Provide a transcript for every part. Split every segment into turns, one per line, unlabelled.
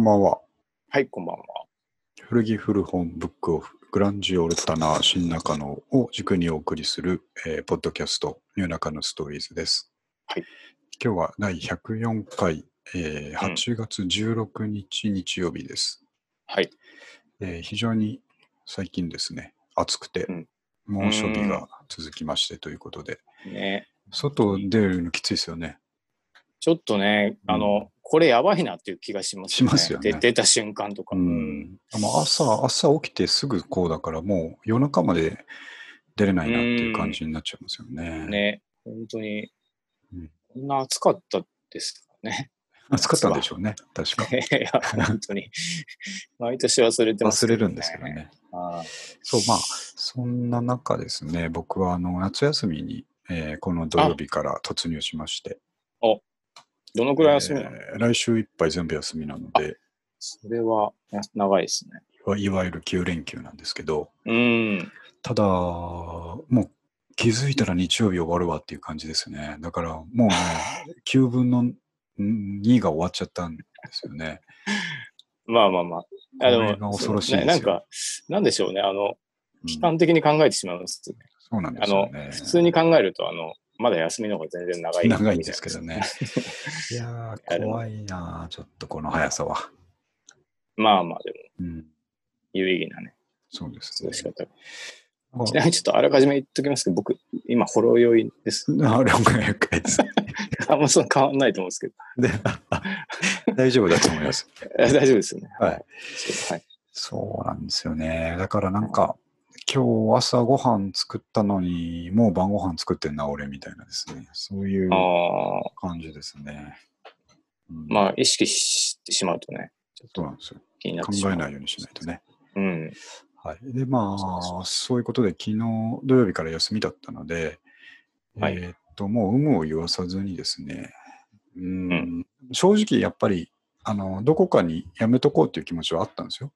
ばんは。
はい、こんばんは。
古着古本ブックオフ、グランジオルタナ新中野を軸にお送りする、えーポッドキャスト、ニューナカのストーリーズです。
はい、
今日は第104回、えー
うん
8月16日日曜日です、
はい。
えー非常に最近ですね、暑くて
うん、
猛暑日が続きましてということで、
ね、
外出るのきついですよね。
ちょっとね、
うん
あの、これやばいなっていう気がします
しますよね
で出た瞬間とか。
うん、もう朝、朝起きてすぐこうだから、もう夜中まで出れないなっていう感じになっちゃいますよね。
ね、本当に
うん、
こんな暑かったですからね。
暑かったんでしょうね、確か。
いや、本当に。 毎年忘れてます、
忘れるんですけど。ね。
あ
そう、まあ、そんな中ですね、僕はあの夏休みに、えーこの土曜日から突入しまして、
どのくらい休みなの、
えー来週いっぱい全部休みなので、
それはや長いですね。
いわいわゆる9連休なんですけど、
うん。
ただ、もう気づいたら日曜日終わるわっていう感じですね。だからもうね、9分の2が終わっちゃったんですよね。
まあまあまあ。
これが恐ろしいですよ
ねなんか、なんでしょうね。あの、
うん
悲観的に考えてしまいますね、
そうなんで
あ
すよ
の、
ね。
普通に考えると、あの、まだ休みの方が全然長い。
長いんですけど。ね。いや
や
ー、
でも
怖いなーちょっとこの速さは。
まあまあ、でも、
うん、
有意義なね、
そうです
過ごし
ね。
方。
ま
ちなみにちょっとあらかじめ言っときますけど、僕、今、ほろ酔いです。
ああれも早く帰って
あんまそんな変わんないと思うんですけど、
で 大丈夫だと思います。
え大丈夫ですよね。
はい。
そうはい。
そうなんですよね。だからなんか、今日朝ご飯作ったのに、もう晩ご飯作ってんな、俺みたいなですね。そういう
ああ、
感じですね。うん
まあ、意識してしまうとね、ちょっ
そう
と
なんですよ。
気になってし
考
まう。
えないようにしないとね。
うん。
はい、で、ま
そうそ
あ、そういうことで、昨日土曜日から休みだったので、
はい
えーっと、もう有無を言わさずにですね、うん正直やっぱり、あの、どこかにやめとこうっていう気持ちはあったんです よ。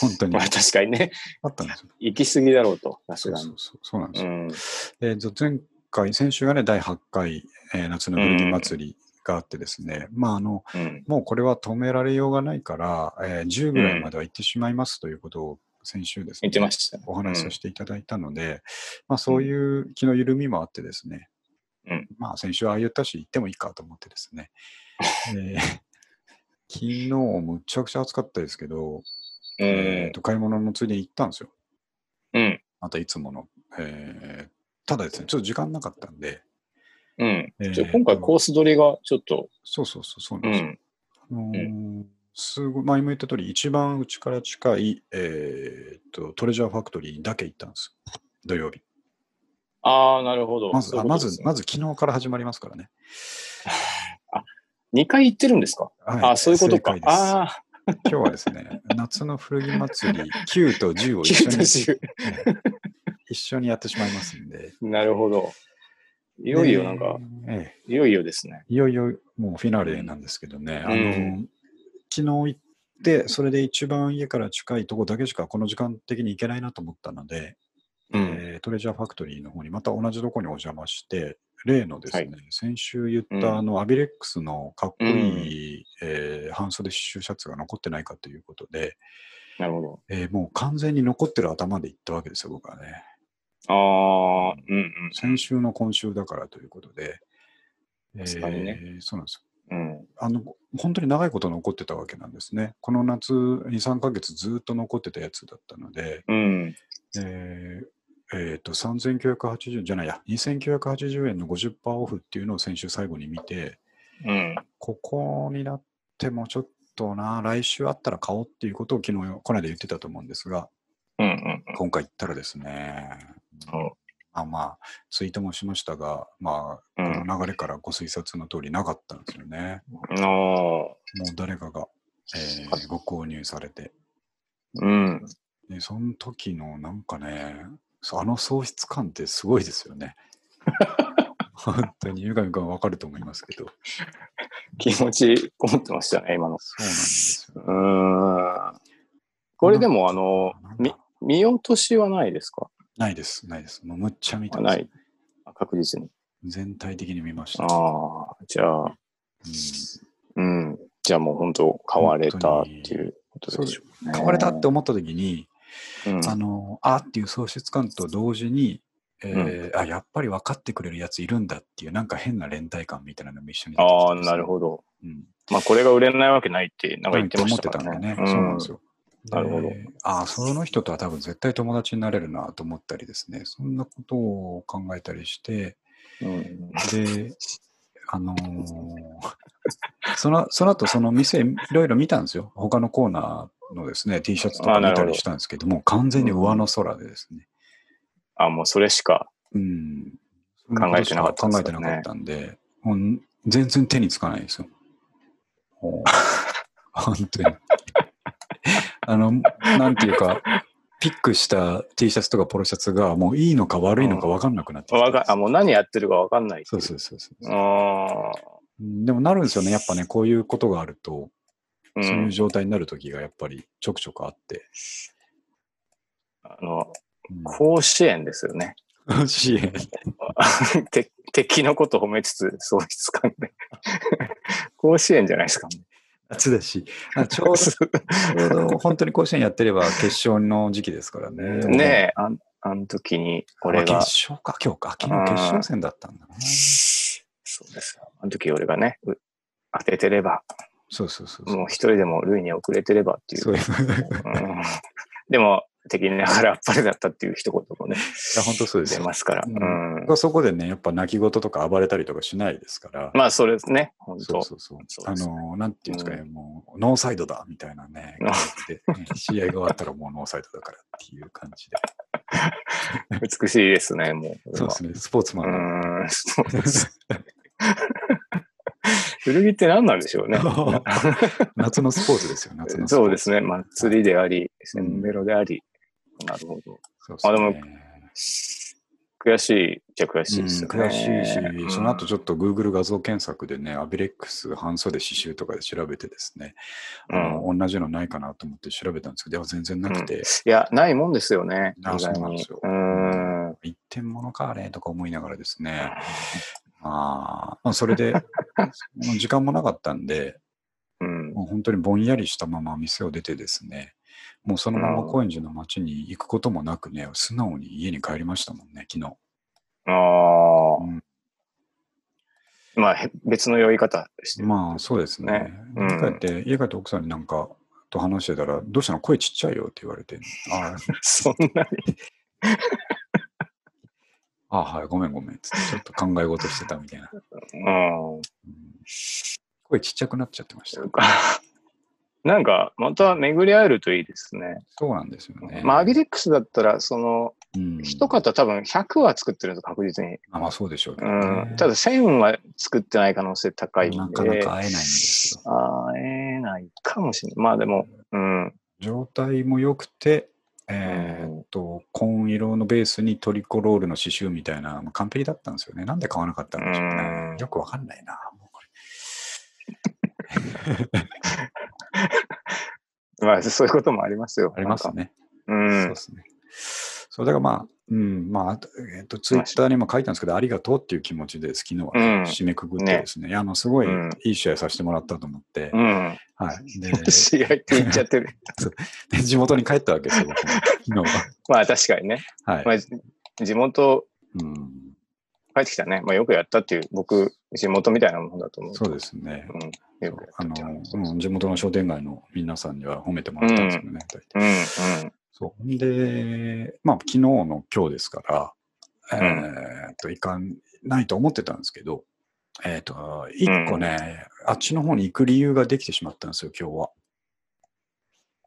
本当に
まあ、確かにね、
あったんですよ。
行き過ぎだろうと、さす
そう
が
そう
に。
そうそうなんです
う
よ。
ん。
えーと前回、先週がね、第8回、えー夏の古着祭りがあってですね、まああの、
うん。
もうこれは止められようがないから、えー10ぐらいまでは行ってしまいますということを先週ですね、
言ってましたね。
お話しさせていただいたので、まあそういう気の緩みもあってですね、
うん
まあ先週はああ言ったし行ってもいいかと思ってです ね、えー昨日むちゃくちゃ暑かったですけど、
うん。
えーと買い物のついでに行ったんですよ。
うん。
またいつもの。えーただですね、ちょっと時間なかったんで、
うん。
えー
ちょ今回、コース取りがちょっと、
そうそうそう、そうな
うん
ですよ。
ん。
あのーすごい前も言った通り、一番うちから近い、えーとトレジャーファクトリーだけ行ったんですよ土曜日。
ああ、なるほど。
まず、あまず、ま
ず。
ず昨日から始まりますからね。
2回行ってるんですか
はい
ああ、そういうことか
正解。です
あ
今日はですね、夏の古着祭り9と10
あ、
を一緒
9と
に
10。
一緒にやってしまいますん で。
なるほど。いよいよなんか、
ええ。
いよいよですね。
いよいよもうフィナーレなんですけどね、
うん
あの昨日行って、それで一番家から近いとこだけしかこの時間的に行けないなと思ったので、
うん。
えートレジャーファクトリーの方にまた同じとこにお邪魔して、例のですね、
は
先週言っ
うん
たあのアビレックスのかっこいい、えー半袖刺繍シャツが残ってないかということで、
なるほ
えーもう完全に残ってる頭で行ったわけですよ、僕はね。
ど。ああ、うんうん。
先週の今週だからということで、え
確かにね
ーそうなんですよ
うん。
あの本当に長いこと残ってたわけなんですね。この夏2、3ヶ月ずっと残ってたやつだったので、
うん。
えーえーと3980じゃないや、2980円の50%オフっていうのを先週最後に見て、
うん。
ここになってもちょっとな、来週あったら買おうっていうことを昨日、この間言ってたと思うんですが、
うんうん。
今回行ったらですね、
うん
あまあ、ツイートもしましたが、まあ、
うん
この流れからご推察の通りなかったんですよね。
ああ、
もう誰かが、えーご購入されて。
うん。
で、その時のなんかね、そうあの喪失感ってすごいですよ ね。本当に、ゆがみくんはわかると思いますけど。
気持ちこもってましたね、今の。
そうなんですよ。
うーん。これでも、あの、み、見落としはないですか
ないです、ないです。もうむっちゃ見
あ
た
ない。あ確実に。
全体的に見ました。
ああ、じゃあ、
うん
うん。じゃあもう本当買われたっていうこと
そう
で
で
し
す
ょ
買われたって思った時に、
う。うん
あの、あっていう喪失感と同時に、えーあ、やっぱり分かってくれるやついるんだっていう、なんか変な連帯感みたいなのも一緒に出てきて
ああ、
ですね
なるほど。
うん。
まあこれが売れないわけないってなん
な
か言っ
ん
て
か
ま
思
し
ったて
か
たんだ
らね
ね。。そうなんです
よ。
よ。
なるほど
で。ああ、その人とは多分絶対友達になれるなと思ったりですね、そんなことを考えたりして、
うん
で、あのーその、その後、その店、いろいろ見たんですよ。他のコーナーのですね、T シャツとか
あ
見
なるほ
た
ど
りしたんですけども、完全に上の空でですね。
あもうそれしか。
うん。
考えてなかったん
考
です
え
か
て
ね
なかったんで、もう全然手につかないんですよ。 もう本当に。あの、なんていうか、ピックした T シャツとかポロシャツが、もういいのか悪いのか分かんなくなってきて
わかあもう何やってるかわかんないって
そ
いうう。
そうそうそう。
あ
うんでもなるんですよね。やっぱね、こういうことがあると、
ーう。
そういうん状態になるときがやっぱりちょくちょくあって。
あの、
うん
甲子園ですよね。
支援。
て敵のこと褒めつつ、喪失感で。 甲子園じゃないですか。
夏だし。あちょうど、 ちょうど本当に甲子園やってれば決勝の時期ですからね。
ねえ、あんあの時に、俺
ま
が
あ、決勝か、今日か。昨日決勝戦だったんだな。
そうですよ。あの時俺がね、う当ててれば、
そうそうそうそう。
もう一人でも塁に遅れてればっていう。
そういう。い
うんでも、敵ながらあっぱれだったっていう一言もね、
や、本当そうです
出
よ。
ますから。
う
うんん。
そこでね、やっぱ泣き言とか暴れたりとかしないですから。
まあ、それですね、本
そ
当
う。そうそう。
そう
あ
ですね
の、なんていうんですかね、もう、ノーサイドだみたいなね、
ノー
感じで、 ね試合が終わったらもうノーサイドだからっていう感じで。
美しいですね、もう。
そうですね、スポーツマ
う
ン の。
ん、そうです。古着って何なんでしょ うね。
夏のスポーツですよ、夏のスポーツ。
そうですね、祭りであり、せんべろであり。なるほど。
そうですね。
あでも悔しいじゃ悔しいですよね。
うん悔しいし、その後ち
ょっ
ょっと Google 画像検索でね、アビレックス半袖刺繍とかで調べてですね、あの同じのないかなと思って調べたんですけど、いや全然なくて、
いや、ないもんですよね。
あ
意外
そうなんで
に
すよ
うーん。
一点物かあれとか思いながらですね、まあ、まあ、それで、 もう時間もなかったんで、
うん。
もう本当にぼんやりしたまま店を出てですね、もうそのまま高円寺の街に行くこともなくね、素直に家に帰りましたもんね、昨日。
ああ、
うん
まあ、へ別の酔い方してる。
まあそうですね。
ね
家帰って、家帰って奥さんになんかと話してたら、どうしたの声ちっちゃいよって言われて、あ
そんな
あ、あはい、ごめんごめんっつって、ちょっと考え事してたみた いな。
に。うん
うん声ちっちゃくなっちゃってまし
そ
た
う。か。 なんか、また巡り会えるといいですね。
そうなんですよね。
まあ、アビレックスだったら、その、
うん
一方多分100は作ってるんです、確実に。
あまあそうでしょうけ
う
どね、
ん。ただ、1000は作ってない可能性高いんで。
なかなか会えないんですよ。
あえないかもしれない。まあでも、うん。
状態も良くて、えーっと、紺色のベースにトリコロールの刺繍みたいな、まあ完璧だったんですよね。なんで買わなかったんでしょう
う
ね
ん。
よくわかんないな。もうこれ
まあ そういうこともありますよ。
あります
なんか
ね。
う
そうんで。すね。そうだからまあ、うん、まああと、えっと、ツイッターにも書いたんですけど、ありがとうっていう気持ちで、昨日はね、
うん
締めくくってですね、いやあのすごい
うん
いい試合させてもらったと思って、
うん。
はい、 で
試合って言っちゃってる。
で地元に帰ったわけですよ、僕 も昨日
まあ確かにね。
は。はい
まあじ地元
うん、
帰ってきたね。まあよくやったっていう、僕、地元みたいなもんだと思う。
そうですね。
うん。
そ
よ
う
くやっ
あ
たっていう
の
話
うん地元の商店街の皆さんには褒めてもらったんですけどね、大体
うんうん。
そう。で、まあ、昨日の今日ですから、
うん
えーっと、いかんないと思ってたんですけど、えーっと、一個ね、あっちの方に行く理由ができてしまったんですよ、今日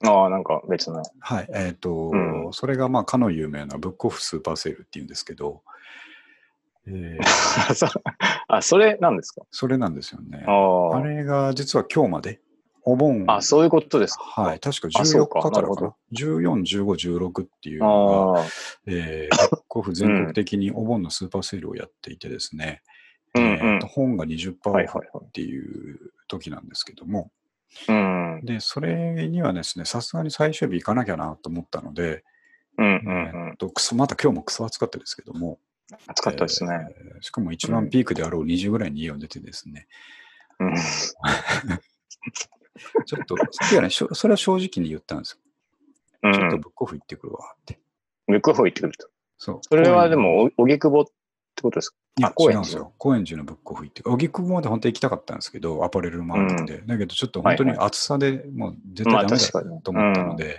は。
ああ、なんか別の。
はい。えーっと、
うん
それが、まあ、かの有名なブックオフスーパーセールっていうんですけど、えー
あそあ、それなんですか
それなんですよね
あ。
あ
あ
れが実は今日まで、お盆、
あ、そういうことですか。
はい、確か
あそう
14
か
日か
な
ら
るほ
かな
ど。
14、15、16っていう
あ
のが、
あ。
えー、ブックオフ全国的にお盆のスーパーセールをやっていてですね、
うん
えー
うん
と本が20%オ
はいはいは
フ
い
っていう時なんですけども、
うん。うん
で、それにはですね、さすがに最終日行かなきゃなと思ったので、
うん
え
う
ー
ん。
とくそまた今日もクソ暑かったですけども、
暑かったですね。
えーしかも一番ピークであろう2時ぐらいに家を出てですね、
うん
ちょっと、 いやね、しょそれは正直に言ったんです
う
よ。ちょっと
ん。
ブックオフ行ってくるわって。
向こう行ってくると。
そう。
それは
高円寺
で、も、お荻窪ってことですか
いや
あ高円
違う
寺
んですよ。高円寺のブックオフ行って、荻窪まで本当は行きたかったんですけど、アパレルもあるんで、だけどちょっと本当に暑さでもう絶対
まあ
ダメだ
確かに。
と思ったので、
うん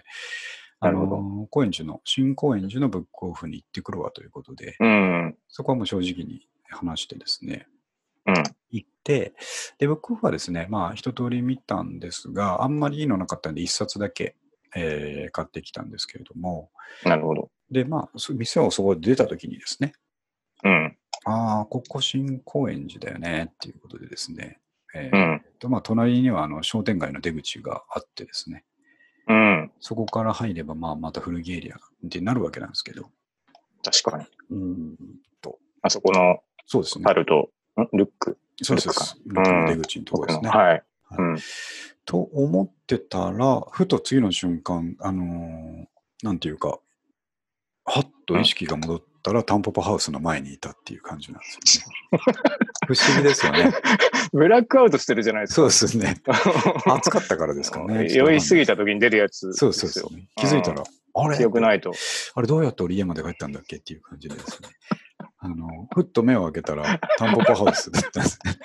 あ
なるほ
の、高円寺の、新高円寺のブックオフに行ってくるわということで、
うん。うん。
そこはもう正直に話してですね、
うん。
行って、で、ブックオフはですね、まあ一通り見たんですが、あんまりいいのなかったんで、一冊だけ、えー買ってきたんですけれども、
なるほど。
で、まあ、そ店をそこで出た時にですね、
うん。
ああ、ここ新高円寺だよねっていうことでですね、え
う
ー
ん。
とまあ、隣にはあの商店街の出口があってですね、
うん。
そこから入れば、まあ、また古着エリアってなるわけなんですけど、
確か
う
に。
ん、
あそこの
そうですね
タ。ルト、んルック。
そうですそうです。
ル
ルッ
ック
ク
か
の出口のところですね。
はい。
は
う
い
ん。
と思ってたら、ふと次の瞬間、あのーなんていうか、はっと意識が戻ったら、タンポポハウスの前にいたっていう感じなんですよね。不思議ですよね。
ブラックアウトしてるじゃないです
そう
か。
ですね。 暑かったからですかね。
酔いすぎた時に出るやつです
そ
よ。
うそうそう。気づいたら、あれ
記憶ないと。
あれどうやって俺家まで帰ったんだっけっていう感じでですね。 あの、ふっと目を開けた ら、タンポポハウスだったんですね。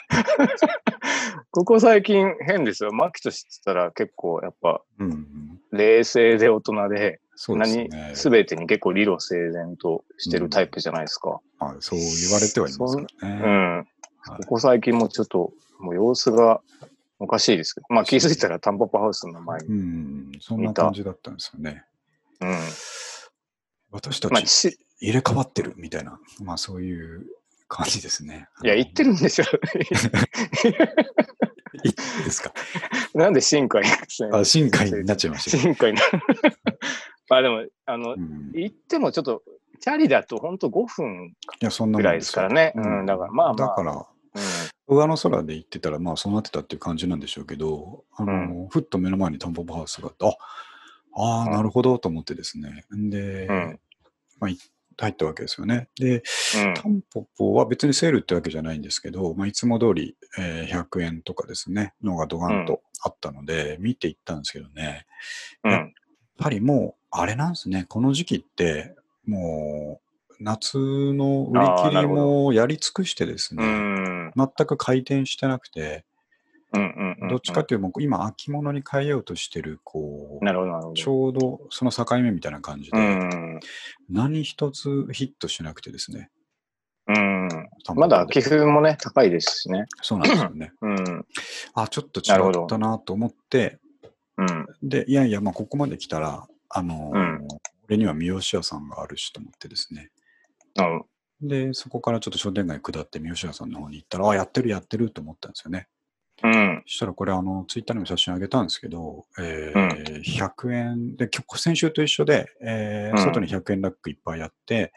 ここ最近変ですよ。マキと知ってたら結構やっぱ
うんうん。
冷静で大人で、
そうです
何、
ね。
すべてに結構理路整然としてるタイプじゃないですか。
まあ、そう言われてはいますから
う
ね。
ん。ここ最近もちょっと、もう様子がおかしいですけど、まあ気づいたらタンポポハウスの名前に。
うんうん、そんな感じだったんですよね。
うん。
私た
まあ、
ち
し
入れ替わってるみたいな、まあそういう感じですね。
いや、言ってるんでしょ。
いいですか。
なんで新海なんですね
あ、新海になっちゃいましたけ
新海な。 まあでも、あ
ど。、
の
うんい
行ってもちょっと、チャリだと本当5分
や、そんなもん
ぐらい
で
ですす
よ
からね。うん、だからまあま
だ
あ。
から、上の空で行ってたら、まあそうなってたっていう感じなんでしょうけど、あのふっと目の前にタンポポハウスがあって、ああー、
うん
なるほどと思ってですね。で、
うん。うん。
まあ、い入ったわけですよね。で、
うん
タンポポは別にセールってわけじゃないんですけど、まあ、いつも通り、えー100円とかですね、のがドガンとあったので、見ていったんですけどね、
うん。
やはりもう、あれなんですね、この時期って、もう、夏の売
あー
り切
な
り
るほ
もやり尽くしてです
う
ね、
ん。
全く回転してなくて、
うん。うん
どっちかというと、もう今、秋物に変えようとしてる、こう、
なるほど、なるほ
ち
ど。
ょうどその境目みたいな感じ
う
で、
ん。
何一つヒットしなくてですね。
うん。
タンポポ
ま
で
だ寄付もね、高いですしね。
そうなんですよね。
うん。
あ、ちょっと
なるほ
違
ど
ったなと思って、
うん。
で、いやいや、まあ、ここまで来たら、あのー
うん
俺には三好屋さんがあるしと思ってですね。
うん。
で、そこからちょっと商店街下って三好屋さんの方に行ったら、あ、やってるやってると思ったんですよね。
うん。
そしたらこれ、あの、ツイッターにも写真あげたんですけど、えー100円で、今日先週と一緒で、えー
うん
外に100円ラックいっぱいやって、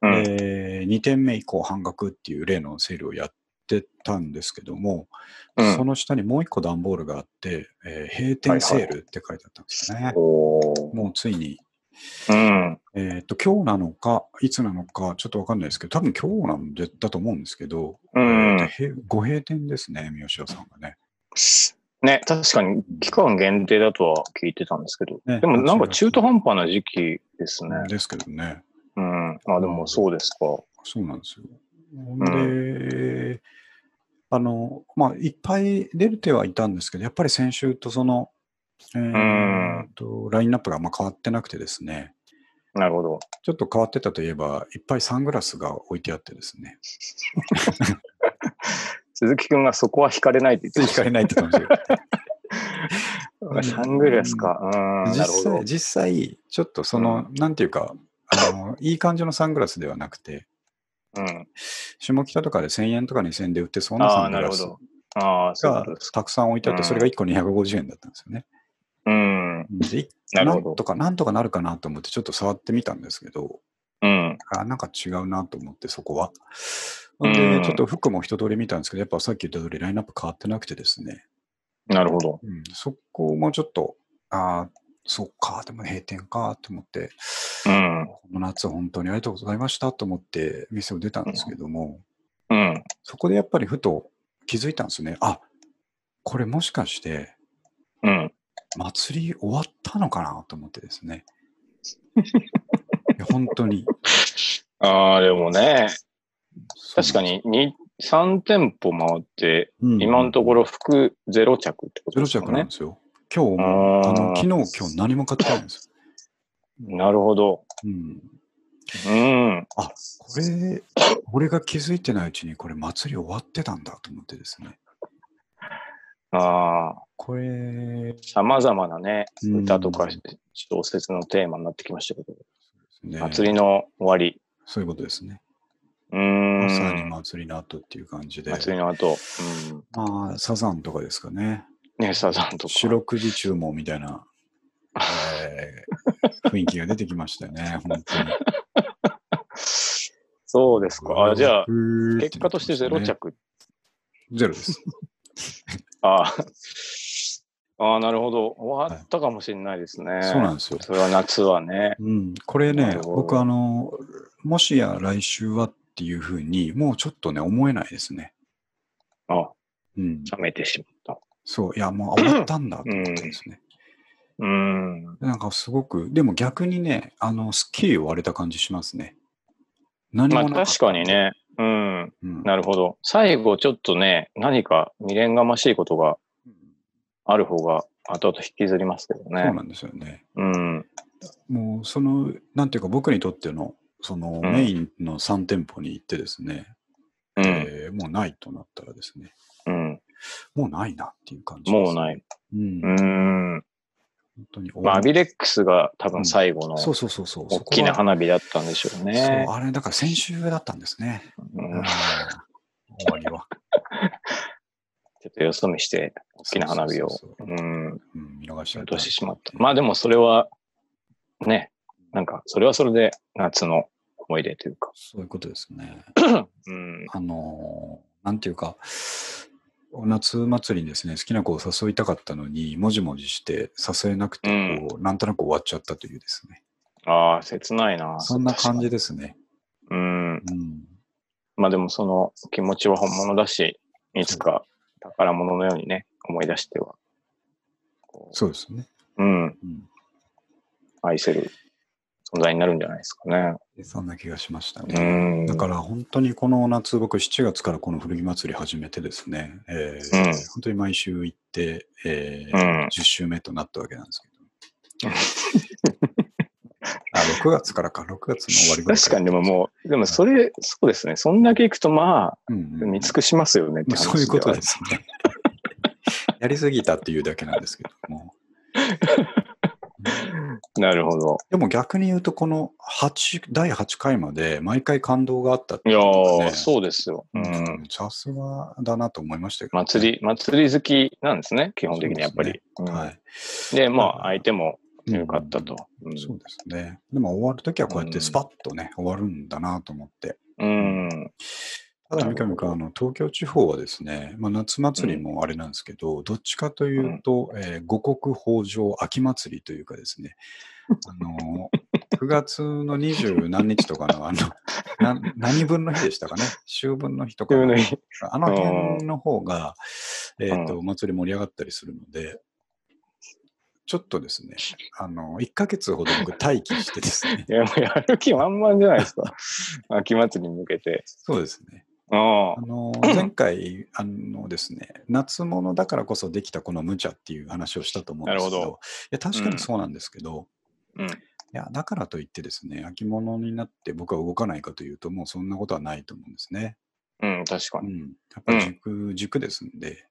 うん。
え2店目以降半額っていう例のセールをやってたんですけども、
うん
その下にもう一個段ボールがあって、えー閉店セールって書いてあったんですよね。
おー
もうついに、
うん。
えっ、と、今日なのか、いつなのか、ちょっとわかんないですけど、多分今日なんでだと思うんですけど、え
う
ーと
ん。
へご閉店ですね、三好屋さんがね。
ね、確かに期間限定だとは聞いてたんですけど、
ね
でもなんか中途半端な時期ですね。
ですけどね。
うん。まあでもそうですか。
そうなんですよ。ほんで、あの、まあ、いっぱい出てはいたんですけど、やっぱり先週とその、えー
うん
と、ラインナップがあんま変わってなくてですね、
なるほど。
ちょっと変わってたといえば、いっぱいサングラスが置いてあってですね、
鈴木くんがそこは惹かれないって言って
引
まし
かれないって感じで
た。サングラスか。うん。な
実
るほ
際、。
ど
実際、ちょっとその、なんていうか、あの、いい感じのサングラスではなくて、
うん。
下北とかで1000円とか2000円で売ってそうな
あ
サ
あ、
ング
なる
ラ
ほ
ス
ど。ああ、そういう
が
ことですか。
たくさん置いてあって、
うん
それが1個250円だったんですよね。
うん。
で
なる
な
ほ
ん
ど。
とか、なんとかなるかなと思って、ちょっと触ってみたんですけど、
うん。
あなんか違うなと思って、そこは。
う
で
ん、
ちょっと服も一通り見たんですけど、やっぱさっき言った通りラインナップ変わってなくてですね、
なるほど。
うん、そこもちょっと、ああ、そっか、でも閉店かと思って、
うん。
この夏本当にありがとうございましたと思って店を出たんですけども、
うん。
そこでやっぱりふと気づいたんですよね。あ、これもしかして祭り終わったのかなと思ってですね。いや本当に。
ああ、でもね、確かにに3店舗回って、
そうなんです、
今のと
ろ。
ころ服ゼロ着ってこと
ゼ
で
ロ
すか
着なん
ね
で。すよ。今日も、あの昨日、今日何も買ってないんです
日。 なるほど。
よ。うん。
うん。
あ、これ、俺が気づいてないうちに、これ祭り終わってたんだと思ってですね。
ああ、
これ、
様々なね、
うん
歌とか小説のテーマになってきましたけど、
ね
祭りの終わり。
そういうことですね。
う
まさに
ーん。
祭りの後っていう感じで。
祭りの後。うん。
まあ、サザンとかですかね。
ね、サザンとか。
四六時注文みたい な、えー雰囲気が出てきましたよね、本当に。
そうですか。あじゃあ、
ふーって
結果としてゼロ
なって
着。
ましたね。ゼロです。
ああ。ああ、なるほど。終わったかもしれないですね。
そうなんですよ。
それは夏はね。
うん、これ
な
ね
る、ほど
僕、あの、もしや来週はっていうふうに、もうちょっとね、思えないですね。
あ、
うん、
冷めてしまっ
そう、いや、もう終わったんだと思ってです ね。
た。うん。
なんかすごく、でも逆にね、あの、すっきり終われた感じしますね。何
ま
も
あ
なった
確かに。ね。うん。
うん
なるほど。最後ちょっとね、何か未練がましいことがある方が後々引きずりますけど
そう
ね。
なんですよね。
うん。
もうその、なんていうか僕にとっての、その
うん
メインの3店舗に行ってですね、
うん。
えーもうないとなったらですね、
うん。
もうないなっていう感じです、
もうない。
うん。
う
本
ん。
当に終
まあ、
わ
ア
り
ビレックスが多分最後の
そうそうそうそう。
大きな
話
花火だったんでしょうね
そう、。あれだから先週だったんですね。
う
うん
ん
終わりは。
ちょっとよそ見して、
大
大きな花火を、
う
うん、
ん、見逃しちゃ
落
った
としてしまった。まあでもそれは、ね、なんか、それはそれで夏の思い出というか。
そういうことですね。
うん。
あのーなんていうか、お夏祭りにですね、好きな子を誘いたかったのに、もじもじして誘えなくてこう、なんとなく終わっちゃったというですね。
ああ、切ないな。
そんな感じですね。
うん。
うん。
まあでもその気持ちは本物だし、いつか宝物のようにね、思い出しては、こ
そうですね。
う、うん、
うん
愛せる存在になるんじゃないですかね。
でそんな気がしました
う
ね。
ん。
だから本当にこの夏、僕7月からこの古着祭り始めてですね、えー
うん
本当に毎週行って、えー
うん
10週目となったわけなんですけど。 あ6月からか、6月の終わりぐらい
確かにでももう、でもそれ、そうですね。そんだけ行くとまあ、
う、うんうん
見尽くしますよねって
まあ、
話。
そういうことですすね。 やりすぎたっていうだけなんですけども。
なるほど。
でも逆に言うと、この8第8回まで毎回感動があったって
い
い
や
う
ー、
う
そうですよ。う
ね
ん。。
さすがだなと思いましたけど、
祭り、祭り好きなんですね、基本的にやっぱり。
りは
うん
い。
で、まあ、相手も良かったと。
うん。そうですね。でも終わるときはこうやってスパッとね、終わるんだなと思って。
うん。うん、
ただ、三上君、あの東京地方はですね、まあ、夏祭りもあれなんですけど、どっちかというと、えー五穀豊穣秋祭りというかです ね、あの9月の二十何日とかのあ のな何分の日でしたかね、秋分の日とかの、あの辺の方が、えー、とお祭り盛り上がったりするので、ちょっとですね、あの1ヶ月ほど僕、待機してですね
いや、もうやる気満々じゃないで すか。秋祭りに向けて。
そうですね。
あ
あの前回あのですね夏物だからこそできたこの無茶っていう話をしたと思うんですけど
なる
い
ほ
や確かにそうなんですけど、
うん
いやだからといってですね秋物になって僕は動かないかというともうそんなことはないと思うんですね、
あ、うん、確か
う
に。
ん、やっぱり軸,、軸ですんで、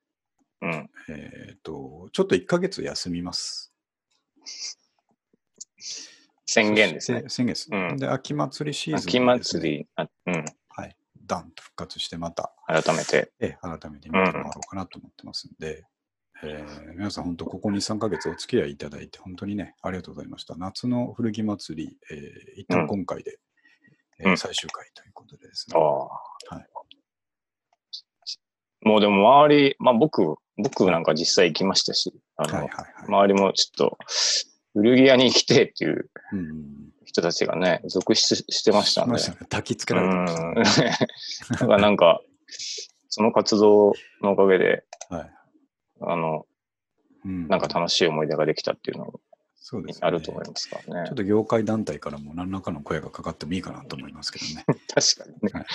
うん。
えっとちょっと1ヶ月休みます
宣言ですね。
そして先月、
うん
で秋祭りシーズン
秋
にですね
祭り、あうん、
はいダンと復活してまた
改めて。
ええ改めて見てもらおうかなと思ってますんで、えー皆さん本当ここに3ヶ月お付き合いいただいて本当にね、ありがとうございました。夏の古着祭り、えー一
う
旦
ん
今回で、
う
えー
ん
最終回ということでです
あ
ね。
あ。、
はい
もうでも周り、まあ僕、僕なんか実際行きましたし、あの
はいはいはい。
周りもちょっと、古着屋に来てっていう
うんうん、
人たちがね、続出してましたんで。
焚きつ
う
けられてましたね
ん。だからなん か、その活動のおかげで、
はい
あの、
うん
なんか楽しい思い出ができたっていうのも
そうですね
あると思いますからね
ちょっ。と業界団体からも何らかの声がかかってもいいかなと思いますけど ね。
確かにね。
はい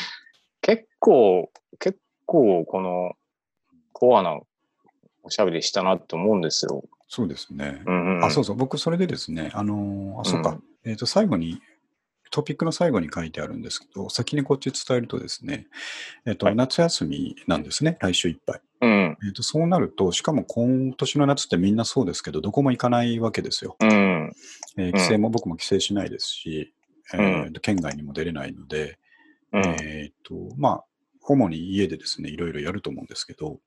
結構、結構、このコアなおしゃべりしたなって思うんですよ。
そうですね。
うんうん、
あ、そう
う
そう。僕、それでですね、あのーあ、そう
う
か
ん。
えっ、と、最後に、トピックの最後に書いてあるんですけど、先にこっち伝えるとですね、えっ、と、
はい
夏休みなんですね、来週いっぱい。
うん。
えっ、と、そうなると、しかも今年の夏ってみんなそうですけど、どこも行かないわけですよ。
うん。
えー帰省も、僕も帰省しないですし、えーと県外にも出れないので、
うん。
えっ、と、まあ、主に家でですね、いろいろやると思うんですけど、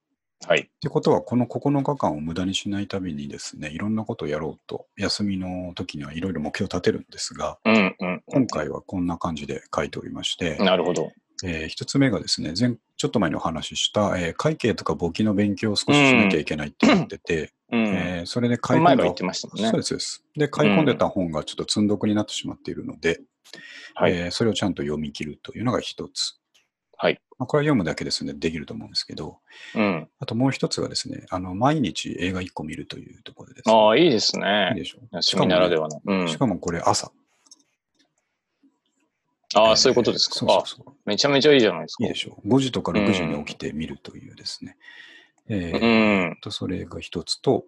はい。
ってことは、この9日間を無駄にしないためにですね、いろんなことをやろうと、休みの時にはいろいろ目標を立てるんですが、
うん。うん。
今回はこんな感じで書いておりまして、
なるほど。
え1つ目がですね、前ちょっと前にお話しした、えー会計とか簿記の勉強を少ししなきゃいけないって言ってて、
うん。
えーそれで買い込
前も
んだ
言ってましたもんね
そう。ですそうです。で、買い込んでた本がちょっと積んどくになってしまっているので、
はい
えーそれをちゃんと読み切るというのが一つ。
はい。
まあ、これは読むだけですね、できると思うんですけど、
うん。
あともう一つがですね、あの毎日映画1個見るというところでですね、
ああ、いいです
いい
ね。
でしょ
休みならで
は、
はの。うん
し。かもこれ朝。
あ
え
あ、
ー
そういうことです
そ
か
う。
あ
そうそう
めちゃめちゃいいじゃないですか。
いいでしょう。5時とか6時に起きて見るというですね。えー
うん。
と、それが一つと、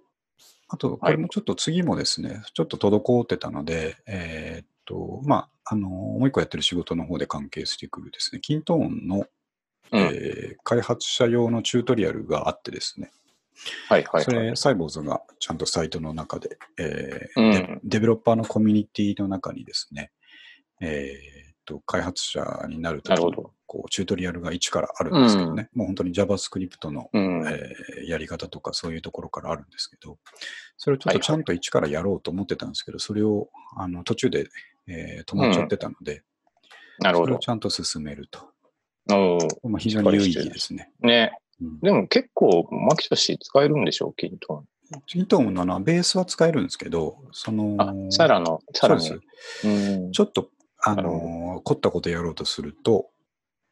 あと、これもちょっと次もですね、ちょっと滞ってたので、えーっと、まあ、あの、もう一個やってる仕事の方で関係してくるですね、キントーンの、
うん
えー開発者用のチュートリアルがあってですね、
はいはい
そ
はい。
れ、サイボーズがちゃんとサイトの中で、えー
う
デ
ん
デベロッパーのコミュニティの中にですね、えーっと、開発者になると
なるほど
こう、チュートリアルが一からあるんですけどね、もう本当に JavaScript の
うん。
えーやり方とかそういうところからあるんですけど、それをちょっ
はい
とちゃ
はい
んと一からやろうと思ってたんですけど、それをあの途中で、えー止まっちゃってたので、
なる
そ
ほ
れを
ど。
ちゃんと進めると。
おー
まあ、非常に有意義ですね。
ね。
うん
でも結構、マキトシ使えるんでしょう、キント
イトンのなベースは使えるんですけど、そ
ーン。
の、
あ、さらの、
そ
さら
うで
に。
す
うん。
ちょっと、あ
なる
の、凝ったことやろうとすると、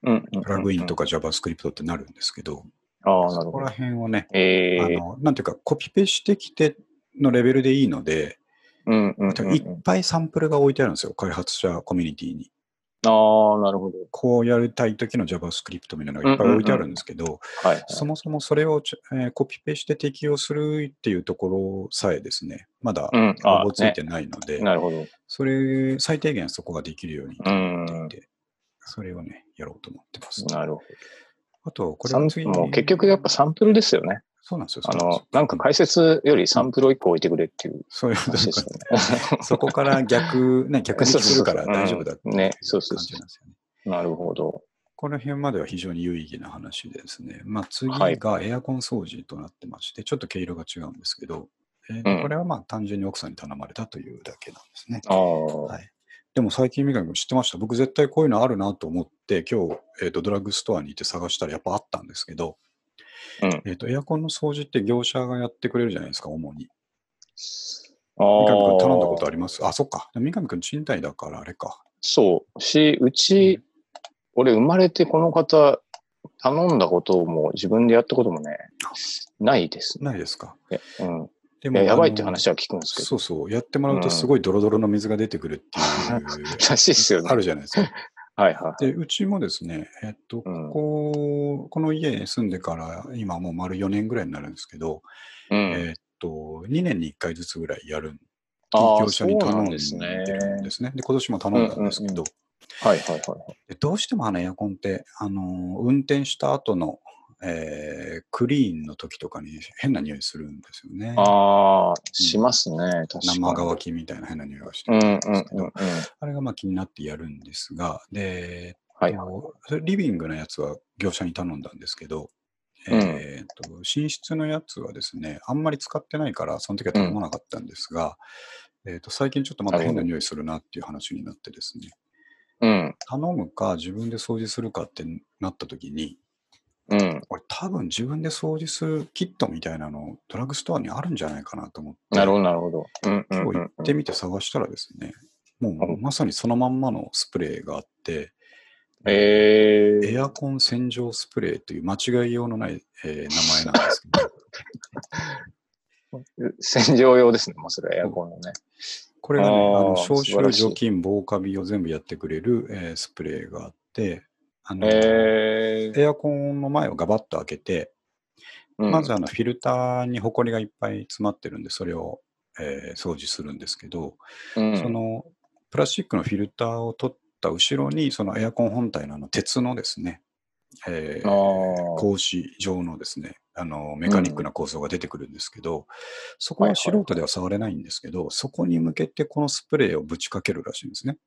うんうん
プラグインと
か。
か JavaScript ってなるんですけど、
ああ、な
そ
る
こ
ほ
ら
ど。
辺をね、
え
あ
え。
の、なんていうか、コピペしてきてのレベルでいいので、
うんうんうんうん。
いっぱいサンプルが置いてあるんですよ、開発者コミュニティに。
ああ、なるほど。
こうやりたい時の JavaScript みたいなのがいっぱい置いてあるんですけど、
はいはい。
そもそもそれをちょ、えーコピペして適用するっていうところさえですね、まだ
うん。
ロ
あ
ボつい
ね
てないので、
なるほど。
それ、最低限そこができるように
う
と
ん。
思っていて、それをね、やろうと思ってます。
なるほど。
あと、これ
サン
は次に
もう結局やっぱサンプルですよね。
そうなんですよ。そ
あ
うです
の
よ、
なんか解説よりサンプルを一個置いてくれっていう
そういう、
話ですよ ね。
そこから 逆、ね、逆にするから
そうそうそう
大丈夫だっていう
う
感
んねそうそうそう
じなんですよね。
なるほど。
この辺までは非常に有意義な話でですね。まあ、次
はい
がエアコン掃除となってまして、ちょっと毛色が違うんですけど、えー
うん
これはまあ単純に奥さんに頼まれたというだけなんですね。
ああ。
はい、でも最近見かけも知ってました。僕絶対こういうのあるなと思って、今日、えー、とドラッグストアに行って探したらやっぱあったんですけど、
うん
えー、とエアコンの掃除って業者がやってくれるじゃないですか、主に。
ああ
三上君頼んだことありますあ、そっか。でも三上君賃貸だからあれか。
そう。し、うち、俺生まれてこの方、頼んだことも自分でやったこともね、ないですね。
ないですか。
いやうん、
で
いややばいっていう
あの
話は聞くんですけど。
そうそう、やってもらうとすごいドロドロの水が出てくるって いう、
らしいですよね。
あるじゃないですか。
はいはい。
で、うちもですね、えっと、
うん
ここ、この家に住んでから、今もう丸4年ぐらいになるんですけど、
うん、
えっと、2年に1回ずつぐらいやる、
あ
業
あ、
者
そ
に
う
頼
なんん
で
ですね。
るんですね。で、今年も頼んだんですけ
うんうん
ど
うん、はいはいはい。
でどうしてもあのエアコンって、あの、運転した後の、えークリーンの時とかに変な匂いするんですよね。
ああ、しますね。確かに。
生乾きみたいな変な匂いがして
うんう
で
ん
すけ
うん
ど
うん。
あれがまあ気になってやるんですが、で、
は
えっ
い。
とそれリビングのやつは業者に頼んだんですけど、えっと寝室のやつはですね、あんまり使ってないから、その時は頼まなかったんですが、えっと最近ちょっとまた変な匂いするなっていう話になってですね、
うん
頼むか自分で掃除するかってなった時に、
うん。
俺多分自分で掃除するキットみたいなのドラッグストアにあるんじゃないかなと思って、
なるほどなるほど。うんうん
今
う
日
ん
行ってみて探したらですね、も
う
うんまさにそのまんまのスプレーがあって、
ええ
エアコン洗 浄スプレーという間違いようのない、えー名前なんですけど、
洗浄用ですね、もうそれ、エアコンのね。
これがね、あ
あー
の消
素晴
臭、
らしい
除菌、防カビを全部やってくれる、えースプレーがあって、あの
えー
エアコンの前をガバッと開けて、
うん
まずあのフィルターにホコリがいっぱい詰まってるんで、それを、えー掃除するんですけど、
うん
そのプラスチックのフィルターを取った後ろに、そのエアコン本体のあの鉄のですね、えー
あー
格子状のですね、あのメカニックな構造が出てくるんですけど、そこは
は
い
はい
素
はい
人では触れないんですけど、そこに向けてこのスプレーをぶちかけるらしいんですね。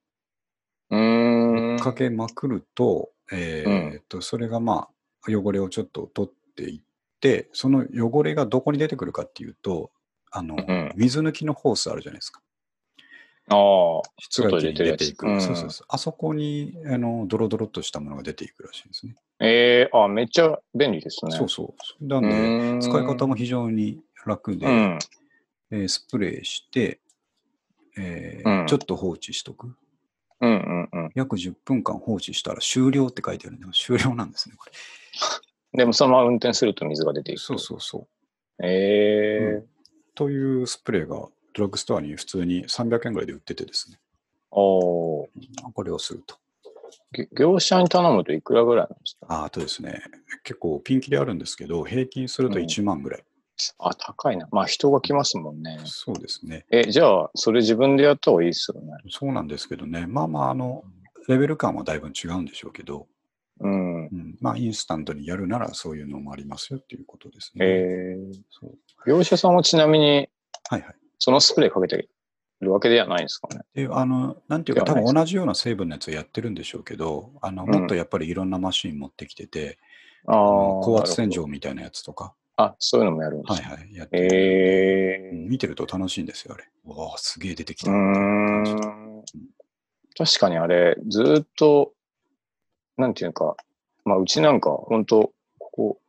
うーん。
かけまくると、えー
うん
っと、それがまあ、汚れをちょっと取っていって、その汚れがどこに出てくるかっていうと、あの、
うん
水抜きのホースあるじゃないですか。
ああ。
室外機に出ていく。
外に出てるやつ
そうそううんそう。あそこに、あの、ドロドロっとしたものが出ていくらしいんですね。
ええあ、めっちゃ便利ですね。
そうそう。なん
う
で、
ーん
使い方も非常に楽で、
うん。
えースプレーして、えー
うん
ちょっと放置しとく。
うんうんうん。
約10分間放置したら終了って書いてあるんで、終了なんですね、これ。
でもそのまま運転すると水が出ていく。
そうそうそう。
ええ
うんというスプレーがドラッグストアに普通に300円ぐらいで売っててですね、
おー
これをすると。
ぎ業者に頼むといくらぐらいなんですか
ああとですね、結構ピンキリあるんですけど、平均すると
うん
1万ぐらい。
あ、高いな。まあ人が来ますもんね。
そうですね。
え、じゃあ、それ自分でやった方がいいですよね。
そうなんですけどね、まあまあ、あの、レベル感はだいぶ違うんでしょうけど、
うん。
うん、まあ、インスタントにやるならそういうのもありますよっていうことですね。
えー、
そう
業者さんはちなみに、
はいはい。
そのスプレーかけてるわけではないんですかね。
で、あの、なんていうか、
で
多
はない
分同じような成分のやつをやってるんでしょうけど、あの、
うん
もっとやっぱりいろんなマシン持ってきてて、
ああ
あの、高圧
なる
洗
ほ
浄
ど
みたいなやつとか、
あ、そういうのもやるんで
は
す
い
か。
はい、やってるんで
え
うん
ー、
見てると楽しいんですよ、あれ。わあ、すげえ出てき
う
た。
ーん。確かにあれ、ずーっと、なんていうか、まあ、うちなんか、本当ここ、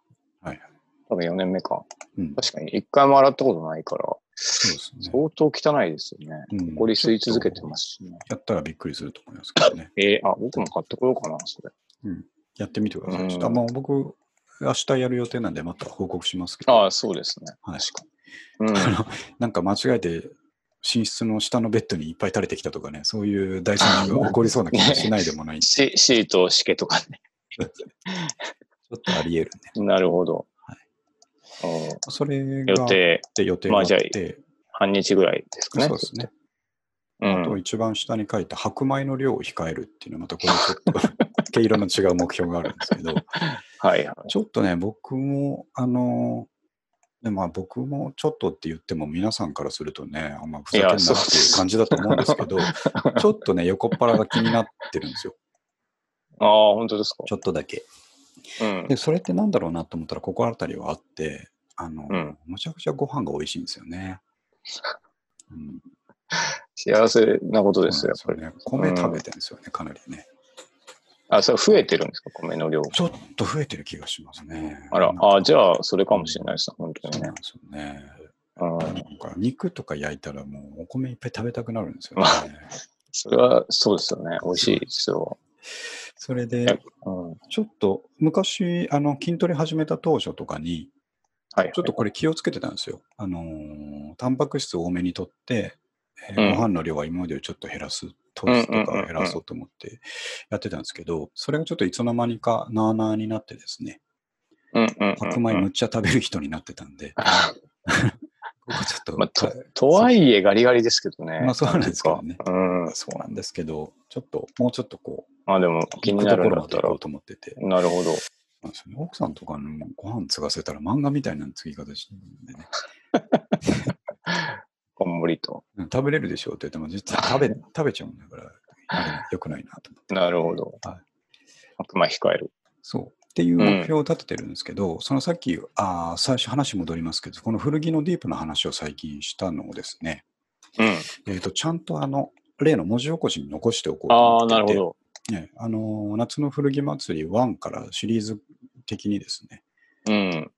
はいはい。
多分4年目か。
うん、
確かに、一回も洗ったことないから、
そうですね。
相当汚いですよね。
うん
埃吸い続けてますしね。
やったらびっくりすると思いますけどね。
えー、あ、僕も買ってこようかな、それ。
やってみてくださ
う
い。
ん
ちょっとあもう僕、明日やる予定なんで、また報告しますけど、
ああ、そうですね。
はい
確かに。うん。
なんか間違えて、寝室の下のベッドにいっぱい垂れてきたとかね、そういう大惨事が起こりそうな気がしないでもないんで、ち
シシート、湿気と かね。
ょっとあり得るね。
なるほど。うん
それが
予定、
で予定があっ
まあ
て、
半日ぐらいですかね。
そうですね。
うん。
あと一番下に書いた白米の量を控えるっていうのはまたこれちょっと 毛色の違う目標があるんですけど、
はいはい。
ちょっとね、僕も、あの、ねまあ僕もちょっとって言っても皆さんからするとね、あんまふざけんなってい
そうです
う感じだと思うんですけど、ちょっとね、横っ腹が気になってるんですよ。
ああ、本当ですか。
ちょっとだけ。
うん
で、。それってなんだろうなと思ったら、ここあたりはあって、あの、
うん
むちゃくちゃご飯が美味しいんですよね。うん、
幸せなことですよ、やっ
そ
ぱ
う
り。
なんですよね。米食べてるんですよね、かなりね。
あ、それ増えてるんですか、米の量。
ちょっと増えてる気がしますね。
あら
なん、か
あじゃあ、それかもしれないですね、本当
そ
に
うな
ね
ん。ですよね。
うん。
なんか肉とか焼いたらもうお米いっぱい食べたくなるんですよね
ま。それは、そうですよね。美味しいですよ。
それで、
うん。はい
ちょっと昔、あの、筋トレ始めた当初とかに、
はい。
ちょっとこれ気をつけてたんですよ。あのータンパク質を多めにとって、えー
うん
ご飯の量は今までよりちょっと減らす、糖質とかを減らそうと思ってやってたんですけど、それがちょっといつの間にかなあなあになってですね、
うんうん
白
うん
米
うん
むっちゃ食べる人になってたんで、こ こちょっと、
まあととはいえ、ガリガリですけどね。
まあそうなんですけどね
なんていうかうん。
そうなんですけど、ちょっと、もうちょっとこう、
まあでも、気になるんだ
行
っ
くと
た
ころまで行
ら
こう。と思ってて、
なるほど。
なんですよね奥さんとかのご飯継がせたら漫画みたいな継ぎ方してるんでね、
こんもりと。
うん食べれるでしょうって言っても、実は食べ食べちゃうんだから、あれ良くないなと思って。
なるほど。
はい
白米控える。
そう。っていう目標を立ててるんですけど、そのさっき、あー最初話戻りますけど、この古着のディープの話を最近したのをですね、
うん。
えー、とちゃんとあの、例の文字起こしに残しておこうと
ああ、
思っていて
なるほど。
ね、あのー夏の古着祭り1からシリーズ的にですね、
うん。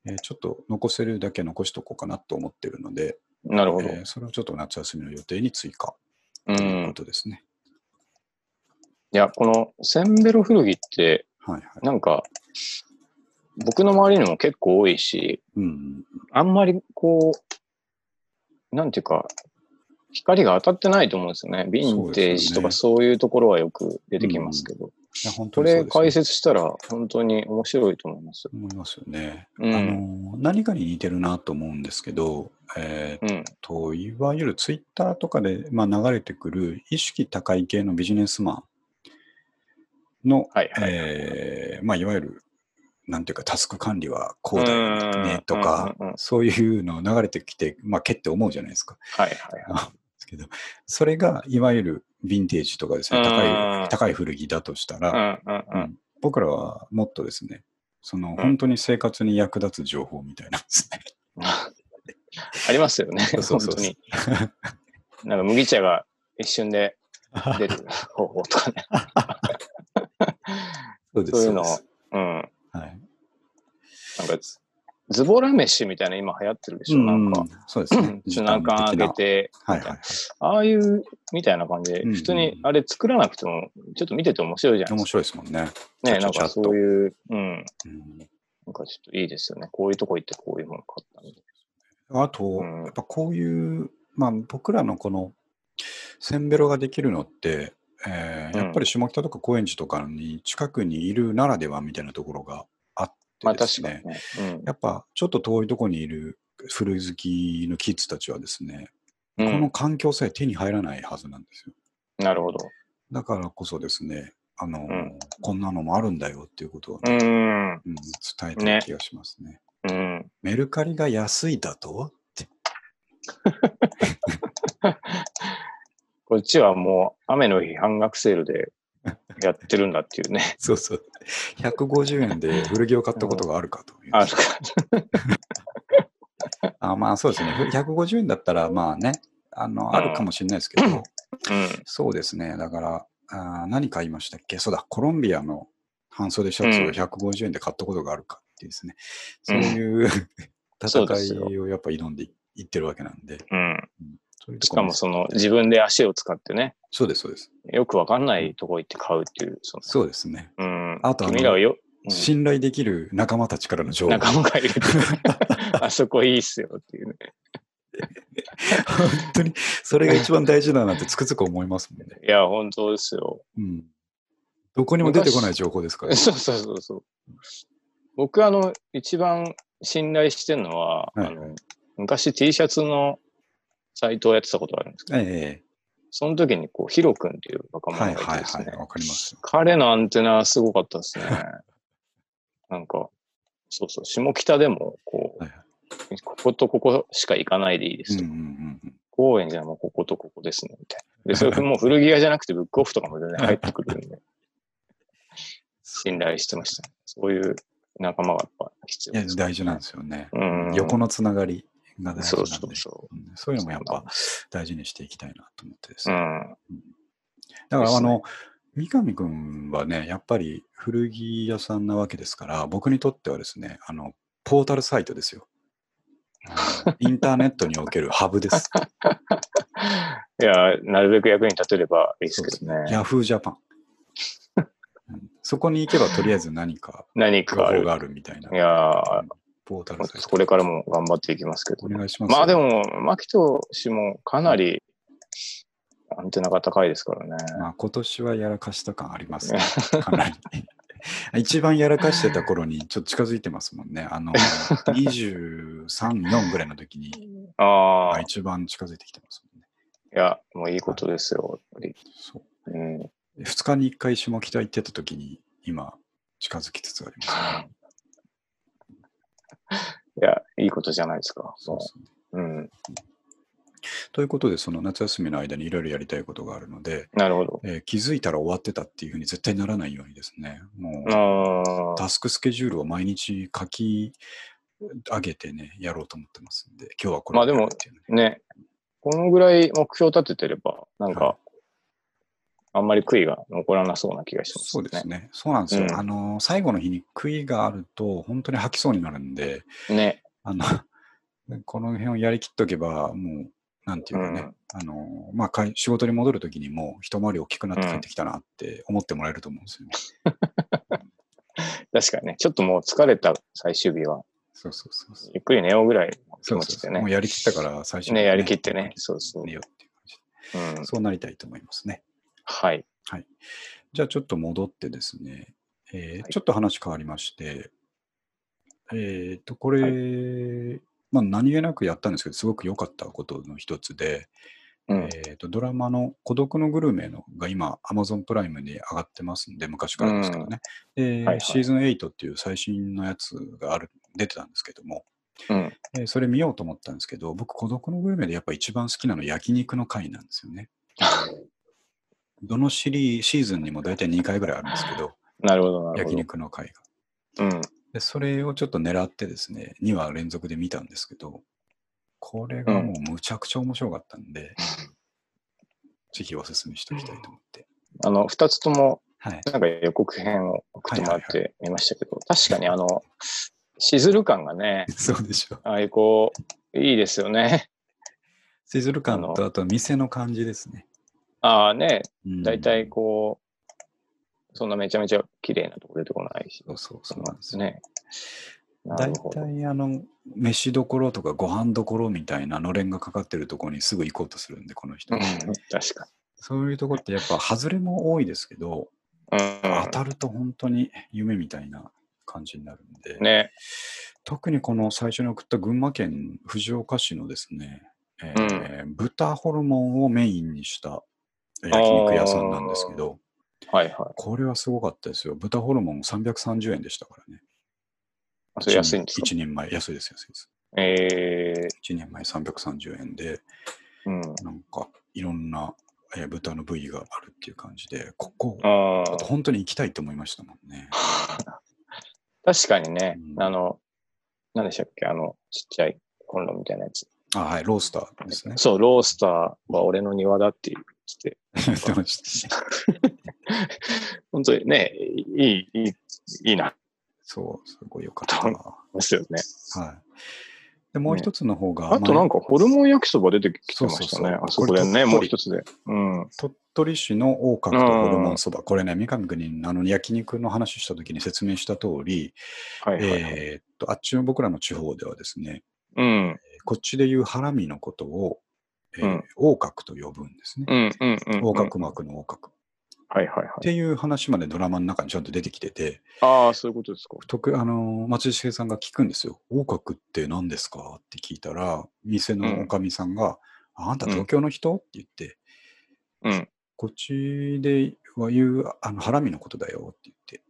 えーちょっと残せるだけ残しておこうかなと思ってるので、
なるほど。
えーそれをちょっと夏休みの予定に追加
う
というこ
ん。
とですね。
いや、このセンベロ古着って、
はいはい。
なんか、僕の周りにも結構多いし、
うん
あんまりこう、なんていうか、光が当たってないと思うんですよね。ヴィンテージとかそういうところはよく出てきますけど。
いや本当
こ
にそう
れ
ですね
解説したら本当に面白いと思います。
思いますよね。
うん
あの何かに似てるなと思うんですけど、えーっ
うん。
といわゆるツイッターとかで、まあ、流れてくる意識高い系のビジネスマンの、
はいはい。
えーまあ、いわゆるなんていうかタスク管理はこうだよ
うん
ねとか、
うんうんうん
そういうの流れてきて、まあ、けって思うじゃないですか。
はいはい。
ですけどそれがいわゆるヴィンテージとかですね
うん
高い高い古着だとしたら、
うんうんうん。
僕らはもっとですね、その
ん
本当に生活に役立つ情報みたいなんですね。
ありますよね、
そうそ
本
うそう
当に。なんか麦茶が一瞬で出る方法とかね。
そうです
そういうの
です
うん。
はい。
なんかズ、ズボラ飯みたいな今流行ってるでしょ、なんか。
うそうですね。
ツナ缶あげ
時
て、
短的な。はいはいはい。
ああいうみたいな感じで、
うん
普通にあれ作らなくても、ちょっと見てて面白いじゃないで
面
す
白いですもんね。
か。ね、
ち
な
ょ
ん
ちょ
か
ちょ
そ
っと
ういう、うん。
うん
なんかちょっといいですよね。こういうとこ行ってこういうもの買ったんで。
あと、
うん
やっぱこういう、まあ僕らのこの、センベロができるのって、えー
うん
やっぱり下北とか高円寺とかに近くにいるならではみたいなところがあっ
まあ
てで
確
す
かに
ね、
ね。うん
やっぱちょっと遠いところにいる古好きのキッズたちはですね、こ
う
の
ん。
環境さえ手に入らないはずなんですよ。
なるほど。
だからこそですね、あの、
ん
こんなのもあるんだよっていうことを
う
ね、う
ん。
ん伝えてる気がしますね。
うん。
メルカリが安いだとって。。
こっちはもう雨の日半額セールでやってるんだっていうね
そうそう。150円で古着を買ったことがあるかという。
あるか。
あまあそうですね。ふ150円だったらまあね、あの、あるかもしれないですけど、
うん。
そうですね。だから、あー何買いましたっけそうだ、コロンビアの半袖シャツを
うん
150円で買ったことがあるかっていうですね。
うん
そういう
そうです
戦
よ
いをやっぱ挑んでいいってるわけなんで。
うん。
そういうと
し
こ
か
ろ
もその自分で足を使ってね、
そうです、そうです。
よくわかんないとこ行って買うっていう、その
そうですね。
うん。
あとあの
君らはよ、うん
信頼できる仲間たちからの情報。
仲間がいるっていうあそこいいっすよっていうね。
本当に、それが一番大事だなってつくづく思いますもんね。
いや、本当で すよ。
うん。どこにも出てこない情報ですから。
そうそうそうそう。僕、あの、一番信頼してるのは、
はい
あの昔 T シャツのサイトをやってたことがあるんですけど、
え
その時にこう、ヒロ君っていう若
えは
者
い
がい
はい
てです
は
ね、
い。わかりますよ。
彼のアンテナはすごかったで すね。なんか、そうそう、下北でも、こう、
はいはい
こことここしか行かないでいいで
う
す
んう
と。
んうんうん。
高円寺はもうこことここですね、みたい な。で、それもう古着屋じゃなくてブックオフとかも全然入ってくるんで、信頼してました、ね。そういう仲間がやっぱ必
い
要
や、
ですね、
大事なんですよね。
うん
横のつながりが大事
そ
なん
う
で。
そうそ
うんそういうのもやっぱ大事にしていきたいなと思ってです
う。う
ね。
ん。
だか
で
ら、
す
あ
ね
の、三上くんはね、やっぱり古着屋さんなわけですから、僕にとってはですね、あの、ポータルサイトですよ。あのインターネットにおけるハブ です。
いや、なるべく役に立てればいいです
そう
け
です
どね。
ヤフージャパン。うんそこに行けばとりあえず何か
何
情
かあ
報
る。
があるみたいな。
いやー
うんポータルサイト。
これからも頑張っていきますけど
お。願いします。
まあで、も、牧投氏もかなりアンテナが高いですからね。
まあ、今年はやらかした感ありますね。かなり。一番やらかしてた頃にちょっと近づいてますもんね。あの、23、4ぐらいの時に、
ああ、い
一番近づいてきてますもんね。
や、もういいことですよ。やっぱり
そう。
うん、
2日に1回下北行ってた時に、今、近づきつつあります、
いや、いいことじゃないですか。
そうですね。
ううん、
ということで、その夏休みの間にいろいろやりたいことがあるので、
なるほど。
えー気づいたら終わってたっていうふうに絶対ならないようにですね、もう、
あー
タスクスケジュールを毎日書き上げてね、やろうと思ってますんで、今日はこれ
まあでも
やるっていうね
ね、このぐらい目標立ててれば、なん
は
か、あんまり悔いが残らなそうな気がします、ね。
そうですね。そうなんですよ。
うん
あの、最後の日に悔いがあると、本当に吐きそうになるんで、
ね。
あの、 この辺をやりきっとけば、もう、なんていうかね、あの、まあかい、仕事に戻るときにも、一回り大きくなって帰ってきたなって思ってもらえると思うんですよね。
確かにね、ちょっともう疲れた最終日は、
そうそうそうそう。
ゆっくり寝ようぐらいの気
そ
持
うそう
ち
そ
で
う、
ね。
もうやりきったから最初
ね、やりきってね。そうそう
寝。ようっていう感じ
うん
で。そうなりたいと思いますね。
はい。
じゃあちょっと戻ってですね、えー
はい
ちょっと話変わりまして、えっ、と、これ、
は
まあ何気なくやったんですけど、すごく良かったことの一つで、
うん。
えっ、と、ドラマの孤独のグルメのが今、Amazon プライムに上がってますんで、昔からですけどね。で
はいはい
シーズン8っていう最新のやつがある、出てたんですけども、
うん。
えーそれ見ようと思ったんですけど、僕、孤独のグルメでやっぱ一番好きなの焼肉の回なんですよ ね。どのシリーシーズンにも大体2回ぐらいあるんですけど、
なるほど、なるほ
焼
ど。
肉の回が。
うん。
で、それをちょっと狙ってですね、2話連続で見たんですけど、これがもうむちゃくちゃ面白かったんで、 ぜひおすすめしておきたいと思って。
あの、二つとも、
はい。
なんか予告編を送ってもらっ
はい
てみましたけど、確かにあの、しずる感がね、
そうでしょう。
ああいうこう、いいですよね。
シズル感
あ
と、あと店の感じですね。
ああね、
うん
大体こう、そんなめちゃめちゃ綺麗なとこ出てこないし。
そうそうそうなんですよ。
ね。な
大
るほど。
体あの、飯どころとかご飯どころみたいなのれんがかかってるところにすぐ行こうとするんで、この人
うん。確か
そういうとこってやっぱ外れも多いですけど、
に。
当たると本当に夢みたいな感じになるんで、
うん。ね。
特にこの最初に送った群馬県藤岡市のですね、えー豚ホルモンをメインにした焼肉屋さんなんですけど、
はいはい。
これはすごかったですよ。豚ホルモン330円でしたからね。
あそれ安いんですか
?1 人前、安いです、安いです。
ええ
1人前330円で、
うん。
なんかいろんな、えー豚の部位があるっていう感じで、ここ、
ああ。
本当に行きたいと思いましたもんね。
確かにね、
うん
あの、何でしたっけ、あの、ちっちゃいコンロみたいなやつ。
あ、はい、ロースターですね。
そう、ロースターは俺の庭だって 言って、
言ってましたね。
本当にね、いい、いい、いいな、
そう、すごい良かったな。
ですよね。
はい。で、もう一つの方が、
あとなん
か
か、ホルモン焼きそば出てきてま
そう
し
そう
た
そう
ね。あそこでね、
これ
もう一つで。うん。
鳥取市の大角とホルモンそば、これね、三上君にあの焼肉の話した時に説明した通り、
はいはい、はい
えーっと、あっちの僕らの地方ではですね、
うん。
こっちでいうハラミのことを、えー
うん
横隔と呼ぶんですね。
うんうんうん、うん。
横隔膜の横隔。っ
はいはいはい。
ていう話までドラマの中にちゃんと出てきてて、
ああ、そういうことですか。
特あのー松井茂さんが聞くんですよ。横隔って何ですかって聞いたら、店のおかみさんが、ああんた東京の人って言って、
うん。
こっちでは言う、あの、ハラミのことだよって言って、